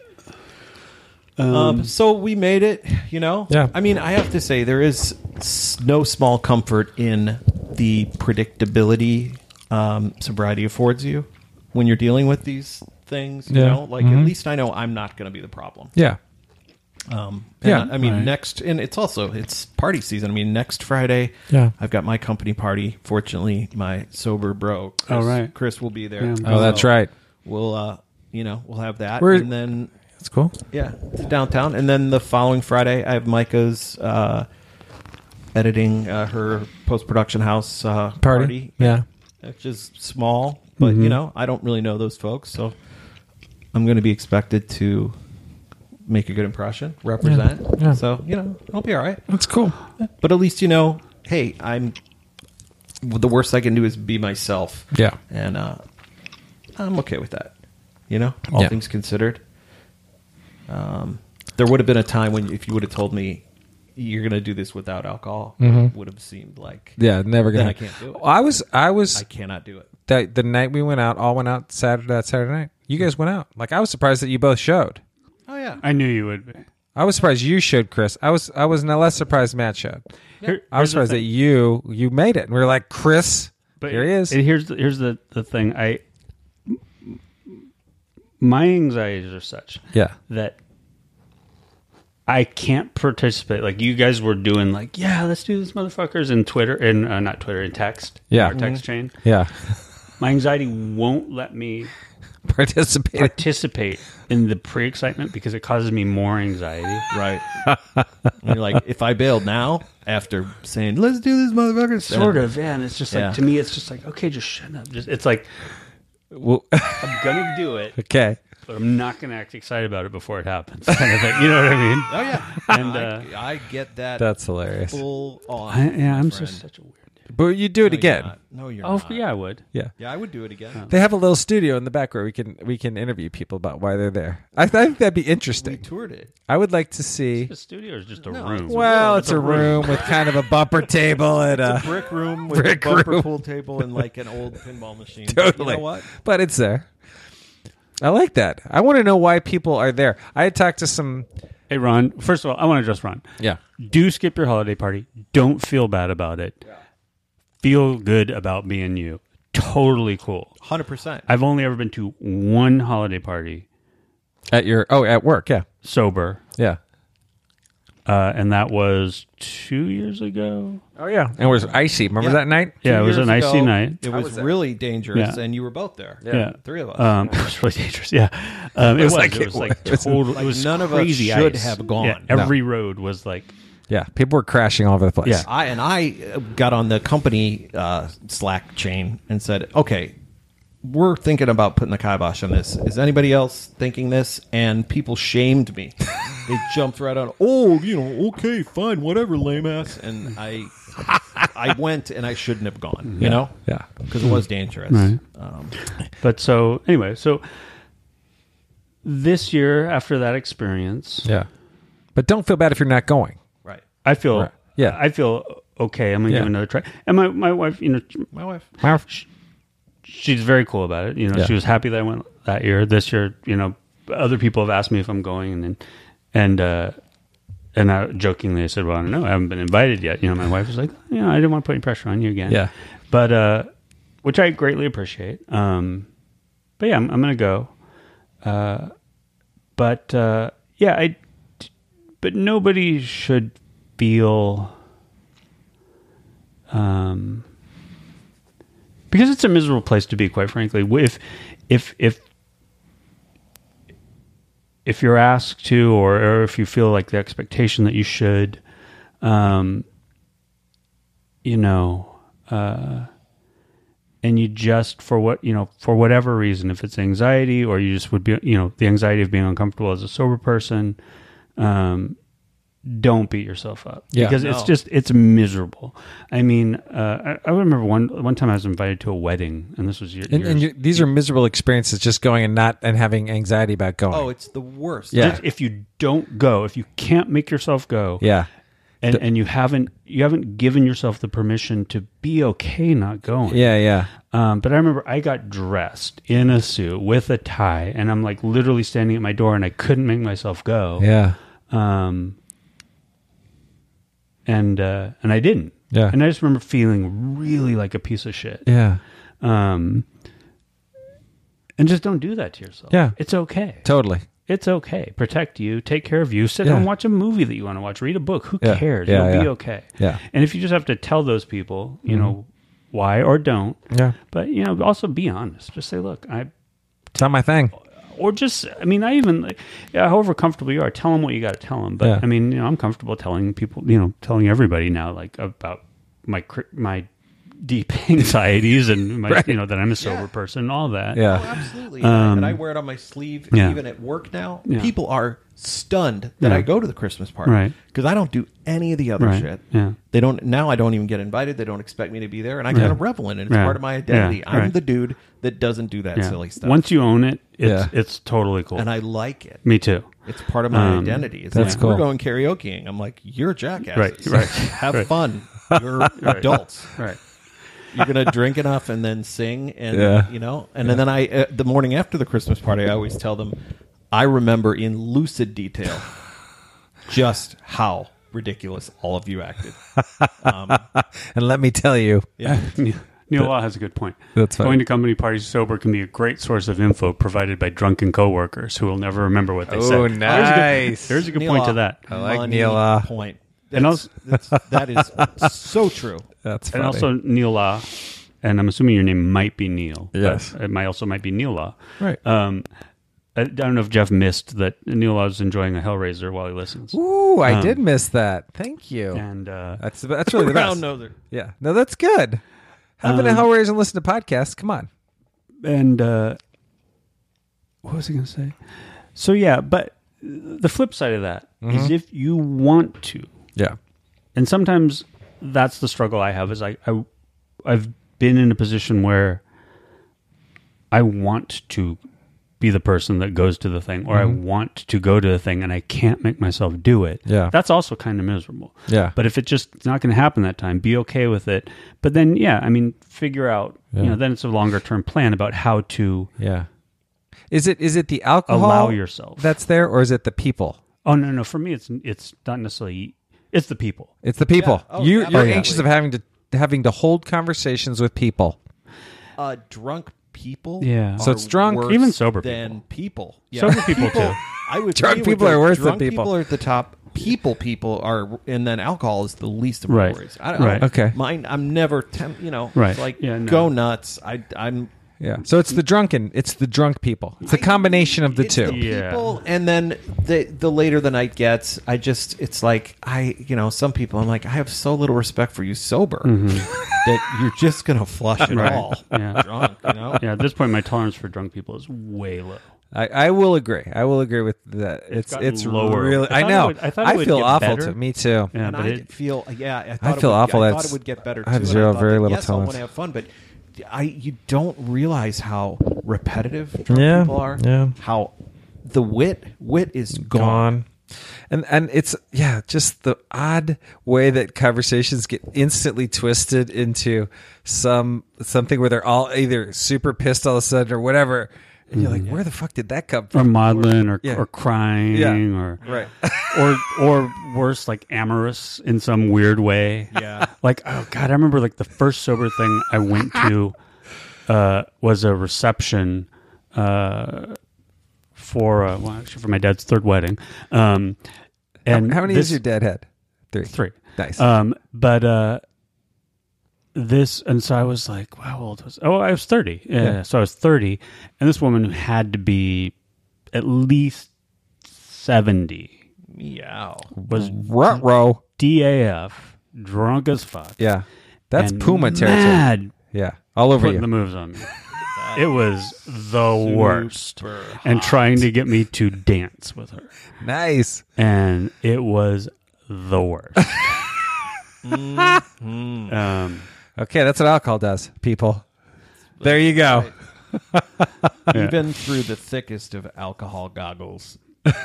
Um, so we made it, you know.
Yeah.
I mean, I have to say there is s- no small comfort in the predictability um, sobriety affords you when you're dealing with these things. You
Yeah. Mm-hmm.
know, like at least I know I'm not going to be the problem.
yeah,
Um,
Yeah.
yeah, I mean
Right.
next, and it's also it's party season. I mean next Friday,
Yeah.
I've got my company party. Fortunately, my sober bro, Chris,
Oh, right.
Chris will be there.
Yeah.
Oh, that's right.
We'll, uh, you know, we'll have that,
Where-
and then
that's cool.
yeah, it's downtown, and then the following Friday, I have Micah's uh, editing uh, her post production house uh, party.
Party. Mm-hmm. Yeah,
which is small, but you know, I don't really know those folks, so I'm going to be expected to make a good impression, represent.
Yeah.
So you know, I'll be all right.
that's cool.
But at least you know, hey, I'm. The worst I can do is be myself.
Yeah.
and uh, I'm okay with that. You know, all
Yeah.
things considered. Um, there would have been a time when, if you would have told me you're going to do this without alcohol, it would have seemed like
Mm-hmm. Yeah, never
Then
gonna.
I can't do it.
I was, I was,
I cannot do it.
that the night we went out, all went out Saturday that Saturday night. You guys went out. Like I was surprised that you both showed.
Oh yeah,
I knew you would be.
I was surprised you showed, Chris. I was I was no less surprised Matt showed.
Here-
I was
here's the
surprised that you you made it, and we were like, Chris, here he is.
And here's the, here's the, the thing. I my anxieties are such
yeah,
that I can't participate. Like you guys were doing, like yeah, let's do this, motherfuckers, in Twitter and uh, not Twitter in text.
Yeah.
our text chain.
yeah.
My anxiety won't let me
Participated.
participate in the pre excitement because it causes me more anxiety.
right. And you're like, if I bailed now after saying let's do this, motherfucker,
Sort of, yeah. And it's just like
Yeah.
to me, it's just like okay, just shut up. Just it's like
Well,
I'm gonna do it,
okay.
but I'm not gonna act excited about it before it happens. Kind of thing. You know what I mean?
Oh yeah,
And,
I- I, get that.
That's hilarious.
full on.
I, yeah,
my
I'm
friend.
just such a weird.
But you do it
No, you're
again.
not. No, you're.
Oh
not.
yeah, I would.
Yeah.
Yeah, I would do it again.
They have a little studio in the back where we can we can interview people about why they're there. I, I think that'd be
We
interesting.
toured it.
I would like to see.
The studio is just a
No,
room.
it's a
Well, it's a room with kind of a bumper table and a
brick room with
Brick
a bumper
room.
pool table and like an old pinball machine.
totally.
You know what?
But it's there. I like that. I want to know why people are there. I had talked to some
Hey, Ron. First of all, I want to address Ron.
Yeah.
Do skip your holiday party. Don't feel bad about it. Feel good about being you. Totally cool.
Hundred percent.
I've only ever been to one holiday party
At your oh, at work, yeah,
sober,
yeah.
uh, and that was two years ago.
Oh yeah, and it was icy. Remember
Yeah.
that night?
Yeah, it was
Years
an icy
ago,
night.
It was, really dangerous,
Yeah.
and you were both there.
Yeah.
three of us.
Um, it was really dangerous. Yeah, um, it, was,
like
It
it
was like
was.
total. It was
none of us
crazy
should
ice.
have gone.
Yeah,
No.
every road was like
Yeah, people were crashing all over the place.
Yeah.
I and I uh, got on the company uh, Slack chain and said, "Okay, we're thinking about putting the kibosh on this. Is anybody else thinking this?" And people shamed me. they jumped right on. Oh, you know, okay, fine, whatever, lame ass. And I, I went, and I shouldn't have gone. You know,
yeah.
because it was dangerous. Um,
But so anyway, so this year after that experience,
Yeah. But don't feel bad if you're not going.
right.
I feel
Right. Yeah.
I feel okay. I'm gonna
Yeah.
give it another try. And my my wife, you know,
My wife.
Marv?
she's very cool about it. You know,
Yeah.
she was happy that I went that year. This year, you know, other people have asked me if I'm going, and then and uh, and I jokingly I said, "Well, I don't know. I haven't been invited yet." You know, my wife was like, "You know, I didn't want to put any pressure on you again."
Yeah.
but uh, which I greatly appreciate. Um, but yeah, I'm, I'm gonna go. Uh, but uh, yeah, I. But nobody should feel. Um, because it's a miserable place to be quite frankly if if if if you're asked to or, or if you feel like the expectation that you should um you know uh and you just for what you know for whatever reason if it's anxiety or you just would be you know the anxiety of being uncomfortable as a sober person um don't beat yourself up
Yeah.
because it's just it's miserable i mean uh I, I remember one one time i was invited to a wedding and this was year,
And, and
years-
you, these are miserable experiences just going and not and having anxiety about going.
Oh, it's the worst.
Yeah.
if you don't go if you can't make yourself go
yeah.
and and you haven't you haven't given yourself the permission to be okay not going.
Yeah, yeah.
Um, but I remember I got dressed in a suit with a tie, and I'm like literally standing at my door, and I couldn't make myself go.
Yeah.
Um. And uh, and I didn't.
Yeah.
And I just remember feeling really like a piece of shit.
Yeah.
Um. And just don't do that to yourself.
Yeah.
It's okay
Totally.
it's okay. Protect you, take care of you, sit
Yeah.
down, watch a movie that you want to watch, read a book. Who
Yeah.
cares?
Yeah,
You'll
yeah.
be okay.
Yeah. Mm-hmm.
And if you just have to tell those people, you know, why or don't.
Yeah.
But you know, also be honest. Just say, look, I
It's not my thing.
or just I mean, I even like, yeah, however comfortable you are, tell them what you got to tell them. But
Yeah.
I mean, you know, I'm comfortable telling people, you know, telling everybody now, like about my cr- my deep anxieties and my you know that I'm a sober person, and all that.
Yeah.
Oh, absolutely. And I- and I wear it on my sleeve
Um, yeah.
even at work now.
Yeah.
People are stunned that
Yeah.
I go to the Christmas party.
Right.
Because I don't do any of the other
Right.
shit.
Yeah.
They don't now I don't even get invited. They don't expect me to be there. And I kind of revel in it. It's
Yeah.
part of my identity.
Yeah.
I'm
Right.
the dude that doesn't do that
Yeah.
silly stuff.
Once you own it, it's
Yeah.
it's totally cool.
and I like it.
Me too.
It's part of my
Um,
identity. It's
that's
like,
cool.
We're going karaokeing. I'm like, you're jackasses.
Right, right,
Have
right.
fun. You're adults.
Right.
you're gonna drink enough and then sing and
Yeah.
you know and then i uh, the morning after the christmas party i always tell them i remember in lucid detail just how ridiculous all of you acted
And let me tell you.
yeah
Neil Neil Law has a good point.
That's fine.
Going to company parties sober can be a great source of info provided by drunken coworkers who will never remember what they said.
Oh,
There's a good-
nice. Oh,
There's a good, point to
Neela,
that.
I like
money
Neela.
point
And
That's- that's- that is so true
That's funny.
And also Neil Law, and I'm assuming your name might be Neil. but
Yes.
It might also might be Neil Law.
Right.
Um, I I don't know if Jeff missed that Neil Law is enjoying a Hellraiser while he listens.
Ooh, I did miss that. Thank you.
And uh,
That's the- that's really the best.
noser
Yeah. No, that's good. Having a Hellraiser and listen to podcasts. Come on.
and uh, what was I going to say? So yeah, but the flip side of that is
Mm-hmm.
if you want to,
Yeah.
and sometimes that's the struggle I have is I, I I've been in a position where I want to be the person that goes to the thing or I want to go to the thing and I can't make myself do it.
Yeah.
That's also kind of miserable.
Yeah.
But if it just it's not going to happen that time, be okay with it. But then yeah, I mean figure out, you know, then it's a longer term plan about how to
Yeah. Is it is it the alcohol
Allow yourself.
that's there, or is it the people?
Oh no, no. For me, it's it's not necessarily it's the people.
It's the people.
Yeah. Oh,
you, you're
absolutely.
anxious of having to having to hold conversations with people.
Uh, drunk people.
Yeah.
So
are
it's drunk,
worse
even sober
than people. Yeah.
Sober people, too.
I would
Drunk
agree with
people
that.
are worse than
Drunk
people.
are at the top. People, people are, and then alcohol is the least of my
Right.
worries. I don't,
Right.
Okay.
Mine, I'm never, tem- you know,
Right.
it's like
Yeah, no.
go nuts. I, I'm
Yeah. So it's the drunken. It's the drunk people. It's a combination of the
it's
two.
The
Yeah.
people, and then the the later the night gets, I just it's like I you know some people I'm like I have so little respect for you sober that you're just gonna flush it
Mm-hmm. Right.
all
Yeah.
drunk, you know.
Yeah, at this point, my tolerance for drunk people is way low.
I, I will agree. I will agree with that. It's
gotten
it's
lower.
really.
I
I,
thought it
know.
would- I thought it would
feel
get
awful
better.
to me too.
Yeah,
And
but
I
it,
feel uh, yeah, I, thought
I
it
feel
would,
awful.
I thought
That's-
it would get better.
I have
too, and
zero,
thought
very
that,
little
yes, I want
tolerance.
to have fun, but I you don't realize how repetitive drunk
Yeah,
people are.
yeah.
How the wit wit is
gone.
gone.
And and it's yeah, just the odd way that conversations get instantly twisted into some something where they're all either super pissed all of a sudden or whatever. And you're
Mm,
like, where the fuck did that come
or
from?
maudlin or,
Yeah.
or crying
Yeah.
or
Right.
or or worse like amorous in some weird way yeah like oh god i remember like the first sober thing i went to uh was a reception uh for uh well, actually for my dad's third wedding um and
How many
this,
is your dad had? Three.
three
Nice.
um but uh this and so I was like, wow, how old was? Oh, I was thirty. Yeah, so I was thirty, and this woman had to be at least seventy
Meow.
was
Rut row.
DAF drunk as fuck.
Yeah. That's
and
Puma territory.
Mad
Yeah. All over
putting
you.
the moves on me. it was the worst, and trying to get me to dance with her,
nice.
and it was the worst.
Mm-hmm.
um,
Okay, that's what alcohol does, people. There you go.
Even through the thickest of alcohol goggles,
Yeah,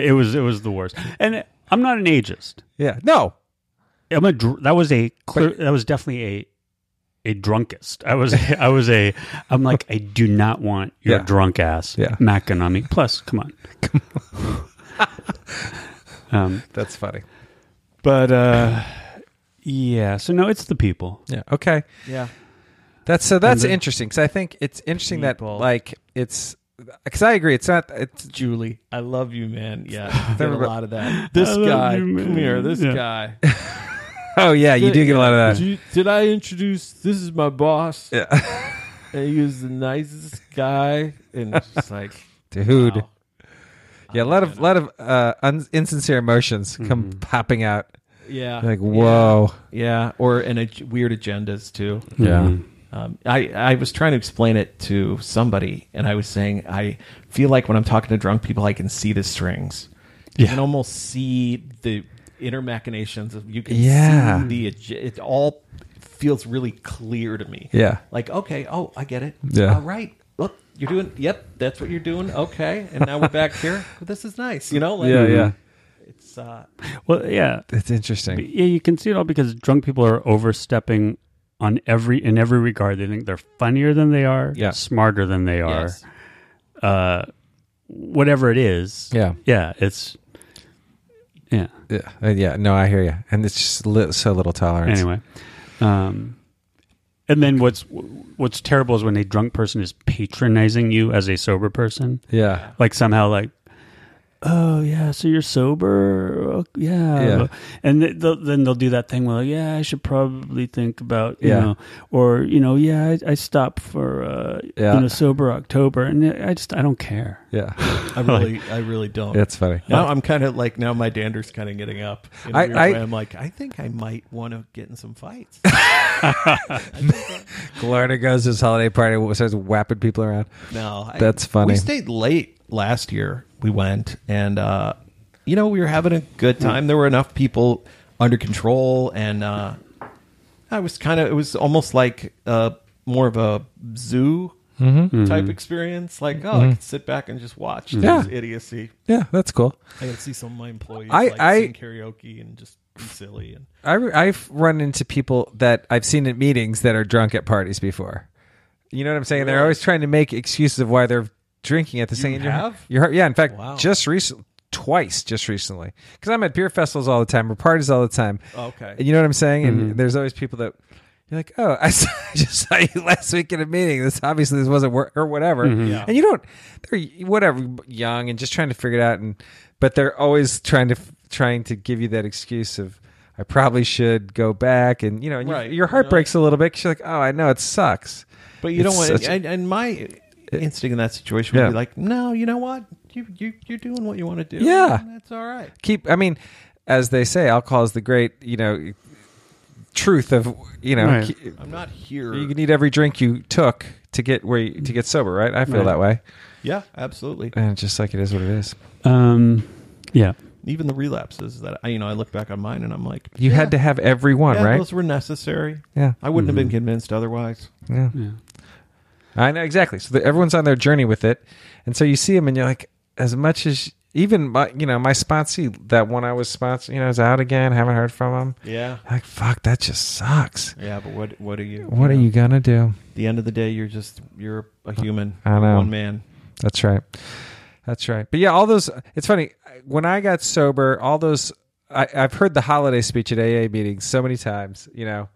it was it was the worst. And I'm not an ageist.
Yeah. No.
I'm a dr- that was a clear, that was definitely a a drunkest. I was I was a I'm like I do not want your
Yeah.
drunk ass
Yeah.
macking on me. Plus, come on. um,
That's funny.
but uh, yeah, so no, it's the people.
Yeah. Okay.
yeah.
That's so. That's
then-
interesting because I think it's interesting
People.
that like it's because I agree. It's not. It's
Julie, I love you, man. Yeah, did a
Everybody-
lot of that. This
love
guy,
you, man.
come here. This
Yeah.
guy.
oh yeah, you do get a lot
Did,
of that.
you- did I introduce? This is my boss,
Yeah.
and he was the nicest guy. And it's just like,
Dude. Yeah, a lot of lot of uh, un- insincere emotions come popping out.
yeah,
Like whoa.
Yeah, or and ag- weird agendas too.
Yeah.
Um, I I was trying to explain it to somebody, and I was saying I feel like when I'm talking to drunk people, I can see the strings. You can almost see the inner machinations of you can
Yeah.
see the ag- it all feels really clear to me.
Yeah.
like okay, oh, I get it.
Yeah.
all right. Look, you're doing. Yep, that's what you're doing. Okay, and now we're back here. This is nice. You know, like
Yeah. Yeah.
it's uh,
Mm-hmm. Well, yeah,
It's interesting.
yeah. You can see it all because drunk people are overstepping on every in every regard. They think they're funnier than they are,
Yeah.
smarter than they are. Uh,
yes.
whatever it is.
Yeah.
Yeah. It's, yeah.
Yeah. Uh, yeah. No, I hear you. And it's just li- so little tolerance.
Anyway. Um, and then what's what's terrible is when a drunk person is patronizing you as a sober person.
Yeah.
Like somehow like, oh yeah, so you're sober, oh, yeah.
Yeah.
And th- they'll, then they'll do that thing. Well, yeah, I should probably think about you
Yeah.
know, or you know, yeah, I, I stopped for uh,
Yeah.
you know sober October, and I just I don't care.
Yeah.
I really, I really don't.
It's funny.
Now I'm kind of like now my dander's kind of getting up. In a
I-
weird
I-
way. I'm like I think I might want to get in some fights.
Florida goes to his holiday party and starts whapping people around.
no, I-
That's funny.
We stayed late last year. We went and uh, you know we were having a good
Hmm.
time. There were enough people under control, and uh, I was kind of it was almost like uh, more of a zoo
Mm-hmm.
type experience. Like oh, I could sit back and just watch
Yeah.
this idiocy.
Yeah, that's cool.
I could see some of my employees
I-
like
I-
sing karaoke and just be silly and.
I, have run into people that I've seen at meetings that are drunk at parties before. You know what I'm saying? They're always trying to make excuses of why they're drinking at the same.
have?
You're, yeah. In fact,
Wow.
just recently, twice just recently because I'm at beer festivals all the time or parties all the time.
Oh, Okay.
And you know what I'm saying? And there's always people that you're like, oh, I, saw, I just saw you last week at a meeting. This obviously this wasn't work or whatever. And you don't, they're whatever young and just trying to figure it out. And but they're always trying to trying to give you that excuse of. I probably should go back, and you know, and you-
Right.
your heart breaks a little bit. you you're like, oh, I know it sucks,
But you
It's
don't want.
such-
And, and my instinct in that situation would
Yeah.
be like, no, you know what? You you you're doing what you want to do.
Yeah.
and that's all right.
keep i mean as they say alcohol is the great you know truth of you know
Right.
ke-
I'm not here.
you need every drink you took to get where you, to get sober right i feel
Right.
that way
yeah, absolutely.
and just like it is what it is
Um, yeah.
Even the relapses that I, you know, I look back on mine and I'm like,
you had to have every one
yeah,
right
those were necessary.
Yeah. Mm-hmm.
I wouldn't have been convinced otherwise.
yeah. i know exactly so that everyone's on their journey with it and so you see them and you're like as much as even my you know my sponsee that one i was sponsoring you know is out again haven't heard from him
Yeah,
like fuck that just sucks
yeah. But what what are you?
what are you gonna do
At the end of the day, you're just you're a human.
I know.
one man.
That's right. That's right. But yeah, all those. It's funny when I got sober. All those. I, I've heard the holiday speech at AA meetings so many times. You know,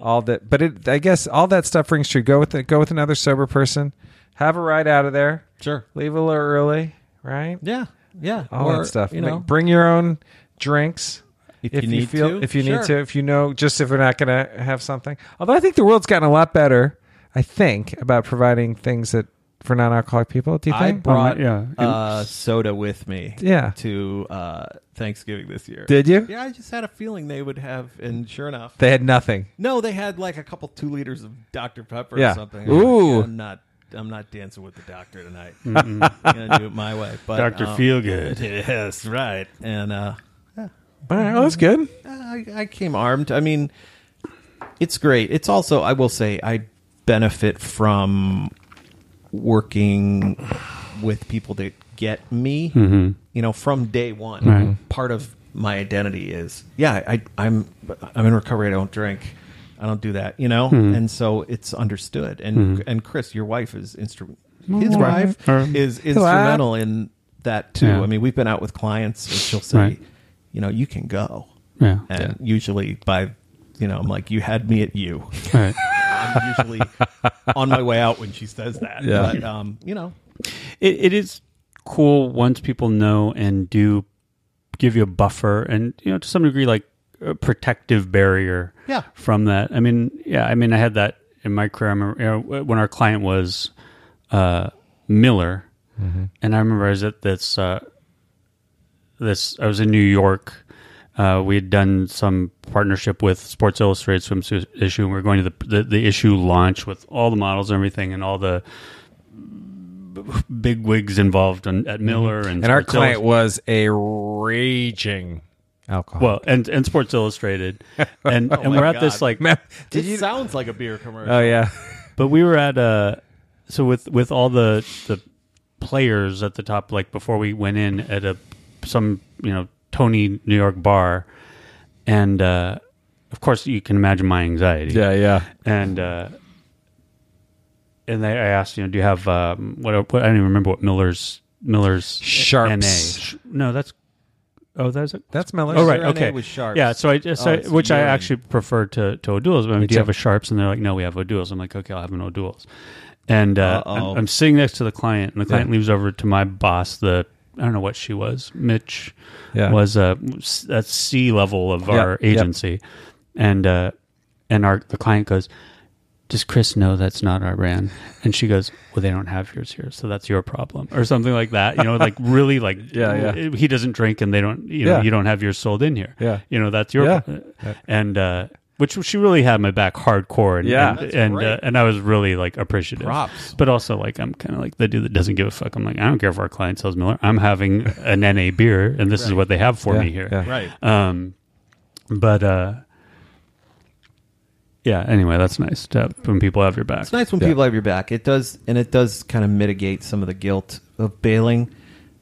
all that. But it, I guess all that stuff rings true. Go with it. Go with another sober person. Have a ride out of there.
Sure.
Leave a little early. Right.
Yeah, yeah.
All
Or,
that stuff.
You
Like,
know,
bring your own drinks.
If you need
feel,
to,
if you
sure.
need to, if you know, just if we're not going to have something. Although I think the world's gotten a lot better. I think about providing things that for non-alcoholic people. Do you
I
think? Um,
Oh,
brought
yeah.
uh, soda with me.
Yeah.
To uh, Thanksgiving this year.
Did you?
Yeah, I just had a feeling they would have, and sure enough,
They had nothing.
no, they had like a couple two liters of Dr Pepper
Yeah.
or something. I'm
Ooh.
like, I'm not. I'm not dancing with the doctor tonight. I'm gonna do it my way. But
Mm-hmm. Doctor
um,
Feelgood.
Yes, right. And uh,
All right, well, that's good.
I, I came armed. I mean, it's great. It's also, I will say, I benefit from working with people that get me.
Mm-hmm.
You know, from day one, part of my identity is, yeah, I, I'm, I'm in recovery. I don't drink. I don't do that. You know,
Mm-hmm.
and so it's understood. And and Chris, your wife is instrumental. His wife
Or-
is instrumental in that too.
Yeah.
I mean, we've been out with clients, and she'll say,
Right.
you know, you can go.
Yeah.
And usually by, you know, I'm like, you had me at you.
All right.
I'm usually on my way out when she says that.
Yeah.
But, um, you know,
it, it is cool once people know and do give you a buffer and you know to some degree like a protective barrier
Yeah.
from that i mean yeah i mean i had that in my career I remember, you know, when our client was uh, miller and i remember i was at this uh, this i was in new york uh, we had done some partnership with Sports Illustrated swimsuit issue, and we were going to the, the the issue launch with all the models and everything, and all the big wigs involved on, at Miller and
And our
Sports
client
Illus-
was a raging alcohol.
well, and and Sports Illustrated, and and we're at this
God.
like,
Well,
it sounds like a beer commercial.
oh yeah,
but we were at uh, so with with all the the players at the top, like before we went in at a some you know Tony New York bar, and uh, of course you can imagine my anxiety,
yeah.
and uh, and they, I asked, you know, do you have um, what, what? I don't even remember what Miller's Miller's
Sharps.
NA. Sh- No, that's oh, that's it.
That's Miller's.
Oh right,
Your NA
okay.
was Sharps.
Yeah, so I just I,
it's
which I
urine.
actually prefer to to O'Doul's. But I mean, do
too.
you have a Sharps? And they're like, no, we have O'Doul's. I'm like, okay, I'll have an O'Doul's. And uh, I'm,
Uh-oh.
I'm sitting next to the client, and the client leaves over to my boss. The I don't know what she was. Mitch
Yeah.
was uh, s- at C level of
Yeah,
our
yeah.
agency, and uh, and our the client goes. Does Chris know that's not our brand? And she goes, "Well, they don't have yours here, so that's your problem," or something like that. You know, like really, like
Yeah, yeah.
He doesn't drink, and they don't. You know,
Yeah.
you don't have yours sold in here.
Yeah.
you know that's your
Yeah.
and uh, which she really had my back hardcore. And,
Yeah.
and
That's
and, uh,
great.
and I was really like appreciative.
Props.
but also like I'm kind of like the dude that doesn't give a fuck. I'm like I don't care if our client sells Miller. I'm having an NA beer, and this is what they have for
Yeah,
me here.
yeah.
Right.
Um, but uh, yeah. Anyway, that's nice to have, when people have your back.
It's nice when people have your back. It does, and it does kind of mitigate some of the guilt of bailing,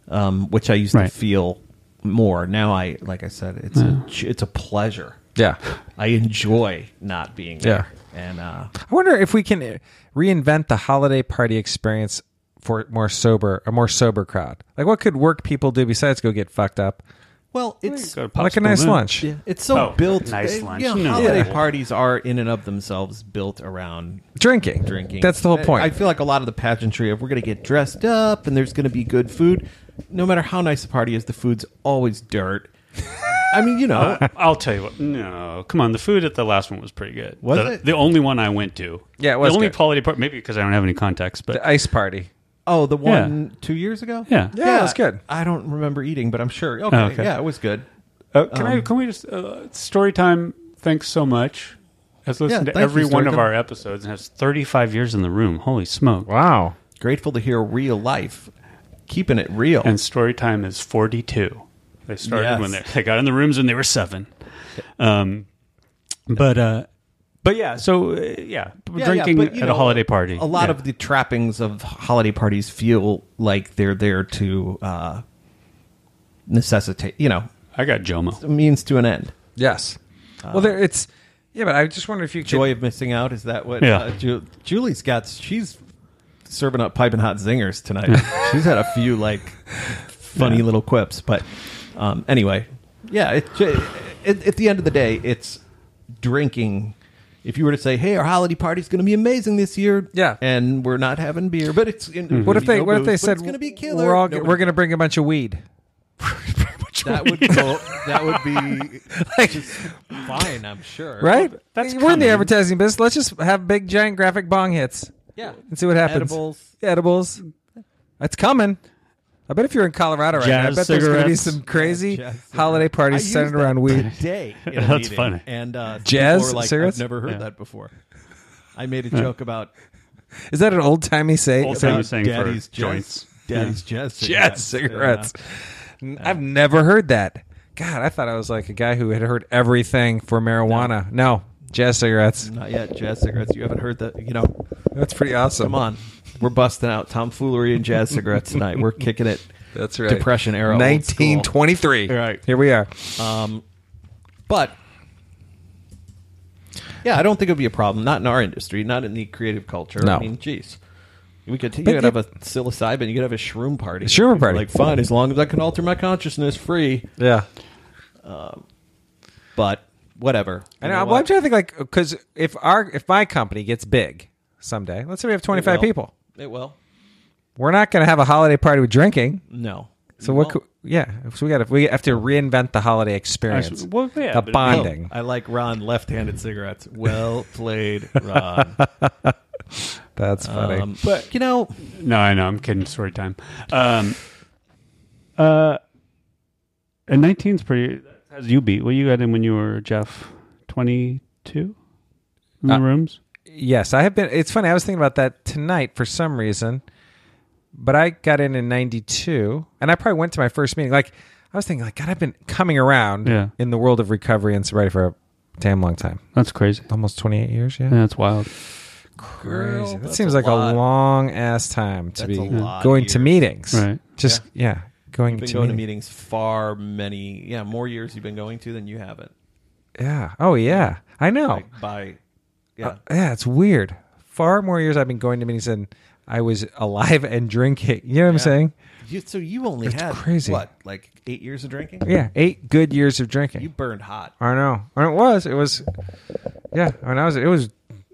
um, which I used
Right.
to feel more. Now I, like I said, it's a ch- it's a pleasure.
Yeah.
I enjoy not being there.
Yeah.
And uh,
I wonder if we can reinvent the holiday party experience for more sober a more sober crowd? Like what could work people do besides go get fucked up?
Well, it's
Go to
like a
Popsicle
nice
Moon.
lunch.
it's so
Oh,
built.
nice
uh,
lunch.
You know,
No.
holiday
Yeah.
parties are in and of themselves built around
Drinking.
drinking.
That's the whole
I-
point.
I feel like a lot of the pageantry of we're going to get dressed up and there's going to be good food. No matter how nice the party is, the food's always dirt. I mean, you know,
I'll tell you what. No, come on. The food at the last one was pretty good.
Was
the,
it?
the only one I went to?
Yeah, it was
the only
good.
quality part. Maybe because I don't have any context, but
the ice party.
oh, the one two years ago?
Yeah. Oh,
Yeah, it was good.
I don't remember eating, but I'm sure. Okay,
okay.
yeah, it was good.
Uh, can
Um,
I? Can we just uh, story time? Thanks so much. Has listened
Yeah,
to
thank
every
you,
one of
Storytime.
our episodes and has 35 years in the room. Holy smoke!
Wow.
Grateful to hear real life, keeping it real.
And story time is 42. They started
Yes.
when they, they got in the rooms and they were seven. Um, but uh, but yeah. So uh, yeah,
Yeah,
drinking
yeah, but, you
at a
know,
holiday party.
A lot
Yeah.
of the trappings of holiday parties feel like they're there to uh, necessitate, you know,
I got Jomo.
means to an end.
Yes. well, there it's. Yeah, but I just wonder if you could,
Joy of missing out is that what?
Yeah.
uh, Ju- Julie's got. She's serving up piping hot zingers tonight. she's had a few like funny
Yeah.
little quips, but um, anyway, yeah. It, ju- at, at the end of the day, it's drinking. If you were to say, "Hey, our holiday party's going to be amazing this year,"
Yeah.
and we're not having beer, but it's
Mm-hmm.
in,
What if they?
no
What if they
booze, but
said
it's going to be killer?
We're all
Nobody-
we're going to bring a bunch of weed.
that would go, that would be just fine, I'm sure.
Right?
That's
We're in the
coming.
advertising business. Let's just have big, giant graphic bong hits
Yeah.
and see what happens.
Edibles.
Edibles. It's coming. I bet if you're in Colorado right now, I
Jazz
bet there's going to be
cigarettes.
some crazy
Jazz
holiday parties
used
centered
that
around weed.
today. in a
That's
meeting,
funny.
And uh, people
Jazz
were like,
cigarettes?
I've never heard
Yeah.
that before. I made a joke about
Is that an old timey say?
Old
Is that-
timey
uh,
was saying for
daddy's jazz-
joints.
Daddy's jazz cigarettes.
Jazz cigarettes. N- I've never heard that. God, I thought I was like a guy who had heard everything for marijuana. No, jazz cigarettes.
Yeah. uh, Not yet, jazz cigarettes. You haven't heard that. You know,
That's pretty awesome.
come on. We're busting out tomfoolery and jazz cigarettes tonight. We're kicking it.
That's right.
Depression era. old school.
1923.
Right.
Here we are.
Um, But yeah, I don't think it would be a problem. Not in our industry. Not in the creative culture.
No.
I mean, geez. We could you
But
could
you-
have a psilocybin, you could have a shroom party.
Shroom party.
Like fine, as long as I can alter my consciousness free.
Yeah.
But whatever.
I
You
know. well,
what?
I'm trying to think like because if our if my company gets big someday, let's say we have 25
It will.
people,
It will.
we're not going to have a holiday party with drinking.
No.
So what?
Well,
Could, yeah. So we got to we have to reinvent the holiday experience.
Actually, well, yeah,
the
but-
bonding.
I like Ron left-handed cigarettes. Well played, Ron.
That's funny.
Um, but you know,
No, I know. I'm kidding. Story time. Um, uh, and 19's pretty. How's you beat? What you got in when you were Jeff? 22 in the
Uh,
rooms.
yes, I have been. It's funny. I was thinking about that tonight for some reason, but I got in in '92, and I probably went to my first meeting. Like I was thinking, like God, I've been coming around
Yeah.
in the world of recovery and sobriety for a damn long time,
That's crazy.
almost 28 years. Yeah.
Yeah, that's wild.
Crazy.
Girl,
that
that's
seems
a
like a
lot.
long ass time to
That's
be
a lot
going
of
to
years.
meetings.
Right.
Just yeah, going,
been
to,
going to
meeting.
meetings far many, yeah, more years you've been going to than you haven't.
Yeah. Oh yeah. I know. Uh,
Like by yeah.
yeah, it's weird. Far more years I've been going to meetings than I was alive and drinking. You know what I'm saying?
You, so you only
It's
had
crazy.
what, like eight years of drinking?
Yeah. Eight good years of drinking.
You burned hot.
I know. And it was. It was yeah, when I was it was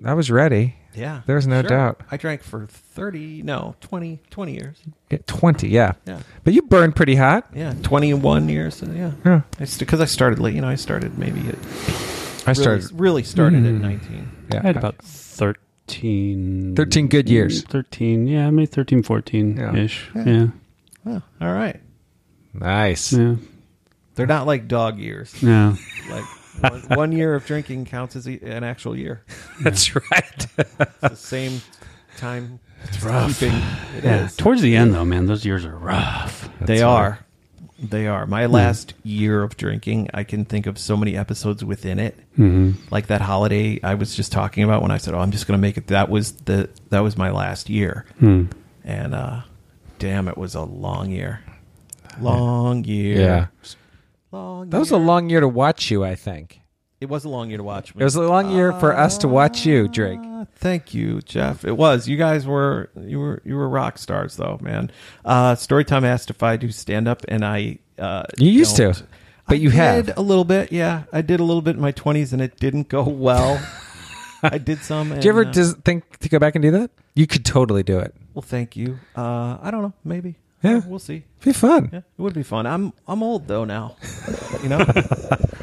I was ready.
Yeah.
There's no
sure.
doubt.
I drank for 30, no, 20, 20 years.
Yeah, Twenty, yeah.
Yeah.
But you burned pretty hot.
Yeah, 21 years. so yeah.
Yeah.
Because I started late. You know, I started maybe at,
I
really,
started Mm.
really started at 19.
yeah.
I had about 13.
13 good years.
13. Yeah, maybe 13, 14 ish. Yeah. Yeah.
Oh, all right.
Nice.
yeah.
They're not like dog years.
No.
Like one, one year of drinking counts as e- an actual year.
That's right.
It's the same time. It's rough. Keeping, it is.
Towards the end, though, man, those years are rough.
They are. They are. My
Hmm.
last year of drinking, I can think of so many episodes within it.
Mm-hmm.
Like that holiday I was just talking about when I said, "Oh, I'm just going to make it." That was the that was my last year.
Hmm.
And uh damn, it was a long year. Long year.
yeah.
Long.
That was a long year to watch you, I think.
It was a long year to watch.
It was a long year for us to watch you, Drake.
Uh, thank you, Jeff. It was. You guys were you were you were rock stars, though, man. Uh, Storytime asked if I do stand up, and I uh,
You used
don't.
to, but
I
you have.
did a little bit. Yeah, I did a little bit in my twenties, and it didn't go well. I did some. And,
Do you ever
uh,
does, think to go back and do that? You could totally do it.
well, thank you. Uh, I don't know. Maybe. Uh,
Yeah.
we'll see.
It'd be fun.
Yeah, it would be fun. I'm I'm old though now. You know,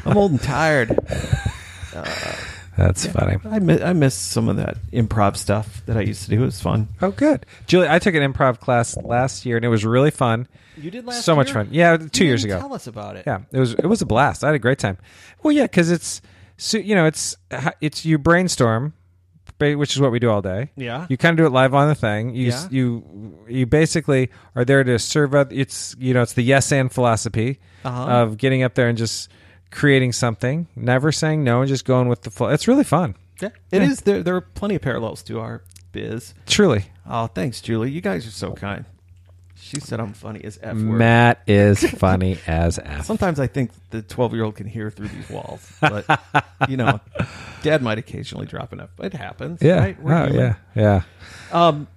I'm old and tired.
That's funny.
I miss, I miss some of that improv stuff that I used to do. It was fun.
Oh, good. Julie, I took an improv class last year, and it was really fun.
You did last
so much
year?
fun. Yeah, two
You
years
didn't
ago.
Tell us about it.
Yeah, it was it was a blast. I had a great time. Well, yeah, because it's so you know it's it's you brainstorm, ba- which is what we do all day.
Yeah.
you kind of do it live on the thing. You s-
Yeah.
you you basically are there to serve up. It's you know it's the yes and philosophy
Uh-huh.
of getting up there and just creating something, never saying no, and just going with the flow. It's really fun,
Yeah, it is. There, there are plenty of parallels to our biz.
truly.
Oh, thanks, Julie. You guys are
Oh.
so kind. She said I'm funny as f word.
Matt is funny as f.
Sometimes I think the 12 year old can hear through these walls, but you know, Dad might occasionally drop an f. It happens.
Yeah,
right? We're
oh,
human.
yeah, yeah.
Um,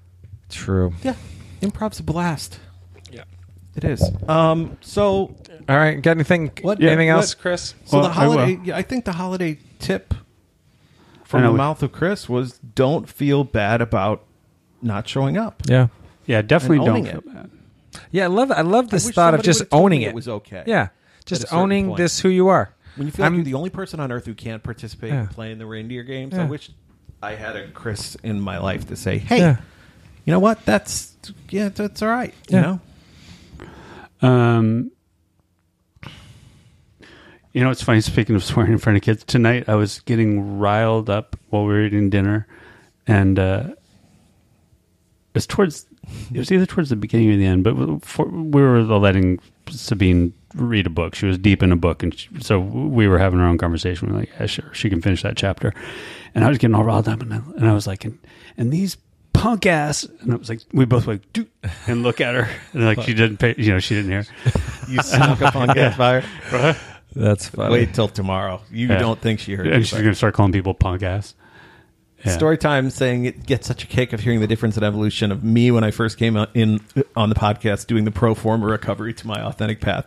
True.
yeah. Improv's a blast. Yeah, it is. Um, so
All right, got anything?
What-
Anything
what-
else, Chris?
So
Well,
the
I will.
holiday, yeah, I, think the holiday tip
I
from
know
the
we-
mouth of Chris was don't feel bad about not showing up.
Yeah.
Yeah, definitely
And
don't
owning
feel
it.
bad.
Yeah, I love I love this
wish
thought of
somebody
just
would've told
owning
me
it.
it was okay
Yeah,
at a
just
certain
owning
point.
this who you are.
When you feel like
I'm-
you're the only person on earth who can't participate
Yeah.
in playing the reindeer games,
Yeah.
I wish I had a Chris in my life to say, "Hey,
Yeah.
you know what? That's yeah, that's all right."
Yeah.
You know,
Um, you know, it's funny. Speaking of swearing in front of kids, tonight I was getting riled up while we were eating dinner, and uh, it was towards it was either towards the beginning or the end. But for, we were letting Sabine read a book. She was deep in a book, and she, so we were having our own conversation. We were like, yeah, sure, she can finish that chapter. And I was getting all riled up, and I, and I was like, and, and these punk ass, and I was like, we both were like, Dude, and look at her, and like she didn't pay, you know, she didn't hear.
you snuck up on Catfire.
That's funny.
Wait till tomorrow. You
Yeah.
don't think she heard?
And
you,
she's
but-
going to start calling people punk ass. Yeah.
Story time saying it gets such a kick of hearing the difference in evolution of me when I first came out in on the podcast doing the pro forma recovery to my authentic path.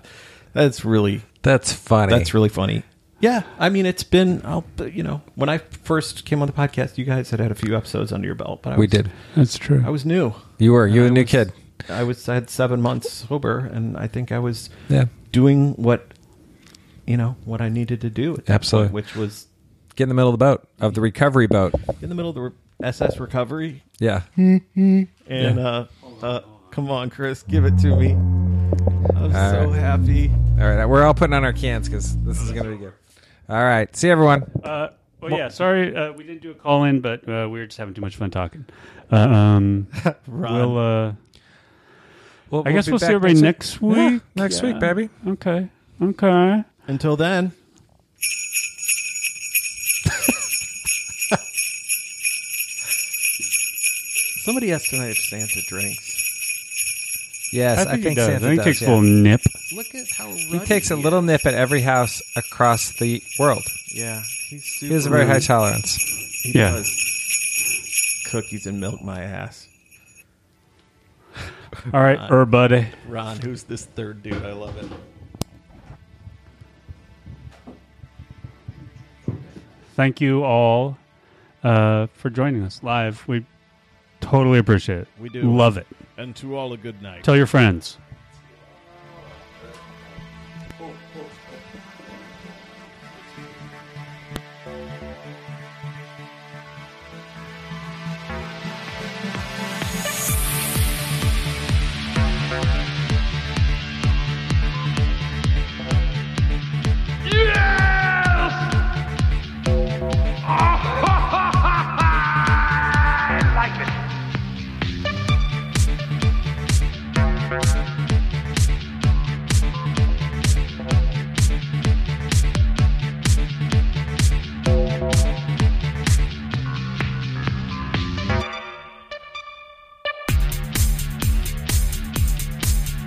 That's really
That's funny.
that's really funny. Yeah, I mean it's been I'll, you know when I first came on the podcast, you guys had had a few episodes under your belt, but I
we
was,
did.
That's true.
I was new.
You were you were the
I
new
was-
kid.
I was I had seven months sober, and I think I was
Yeah.
doing what you know what I needed to do. At that
Absolutely.
point, which was
Get in the middle of the boat of the recovery boat.
in the middle of the re- SS recovery
Yeah.
And uh, uh, come on, Chris, give it to me. I'm so
right.
happy.
All right, we're all putting on our cans because this is gonna be good. All right, see everyone.
Uh, well, yeah, sorry uh, we didn't do a call in, but uh, we were just having too much fun talking. Uh, um, we'll, uh,
We'll-
I guess
be
we'll see
back
everybody next week.
Yeah, next week, baby.
Okay. Okay.
Until then. Somebody asked tonight if Santa drinks.
Yes, I think, Santa
I think he
does,
takes a
yeah.
little nip.
Look at how
He takes a little nip at every house across the world.
Yeah, he's super.
He has a very high tolerance.
He
Yeah.
does cookies and milk my ass.
All right, er, buddy.
Ron, who's this third dude? I love it.
Thank you all uh, for joining us live. We totally appreciate it.
We do.
Love it.
And to all a good night.
Tell your friends.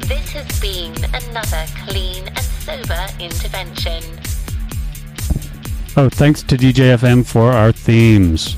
This has been another clean and sober intervention.
Oh, thanks to DJFM for our themes.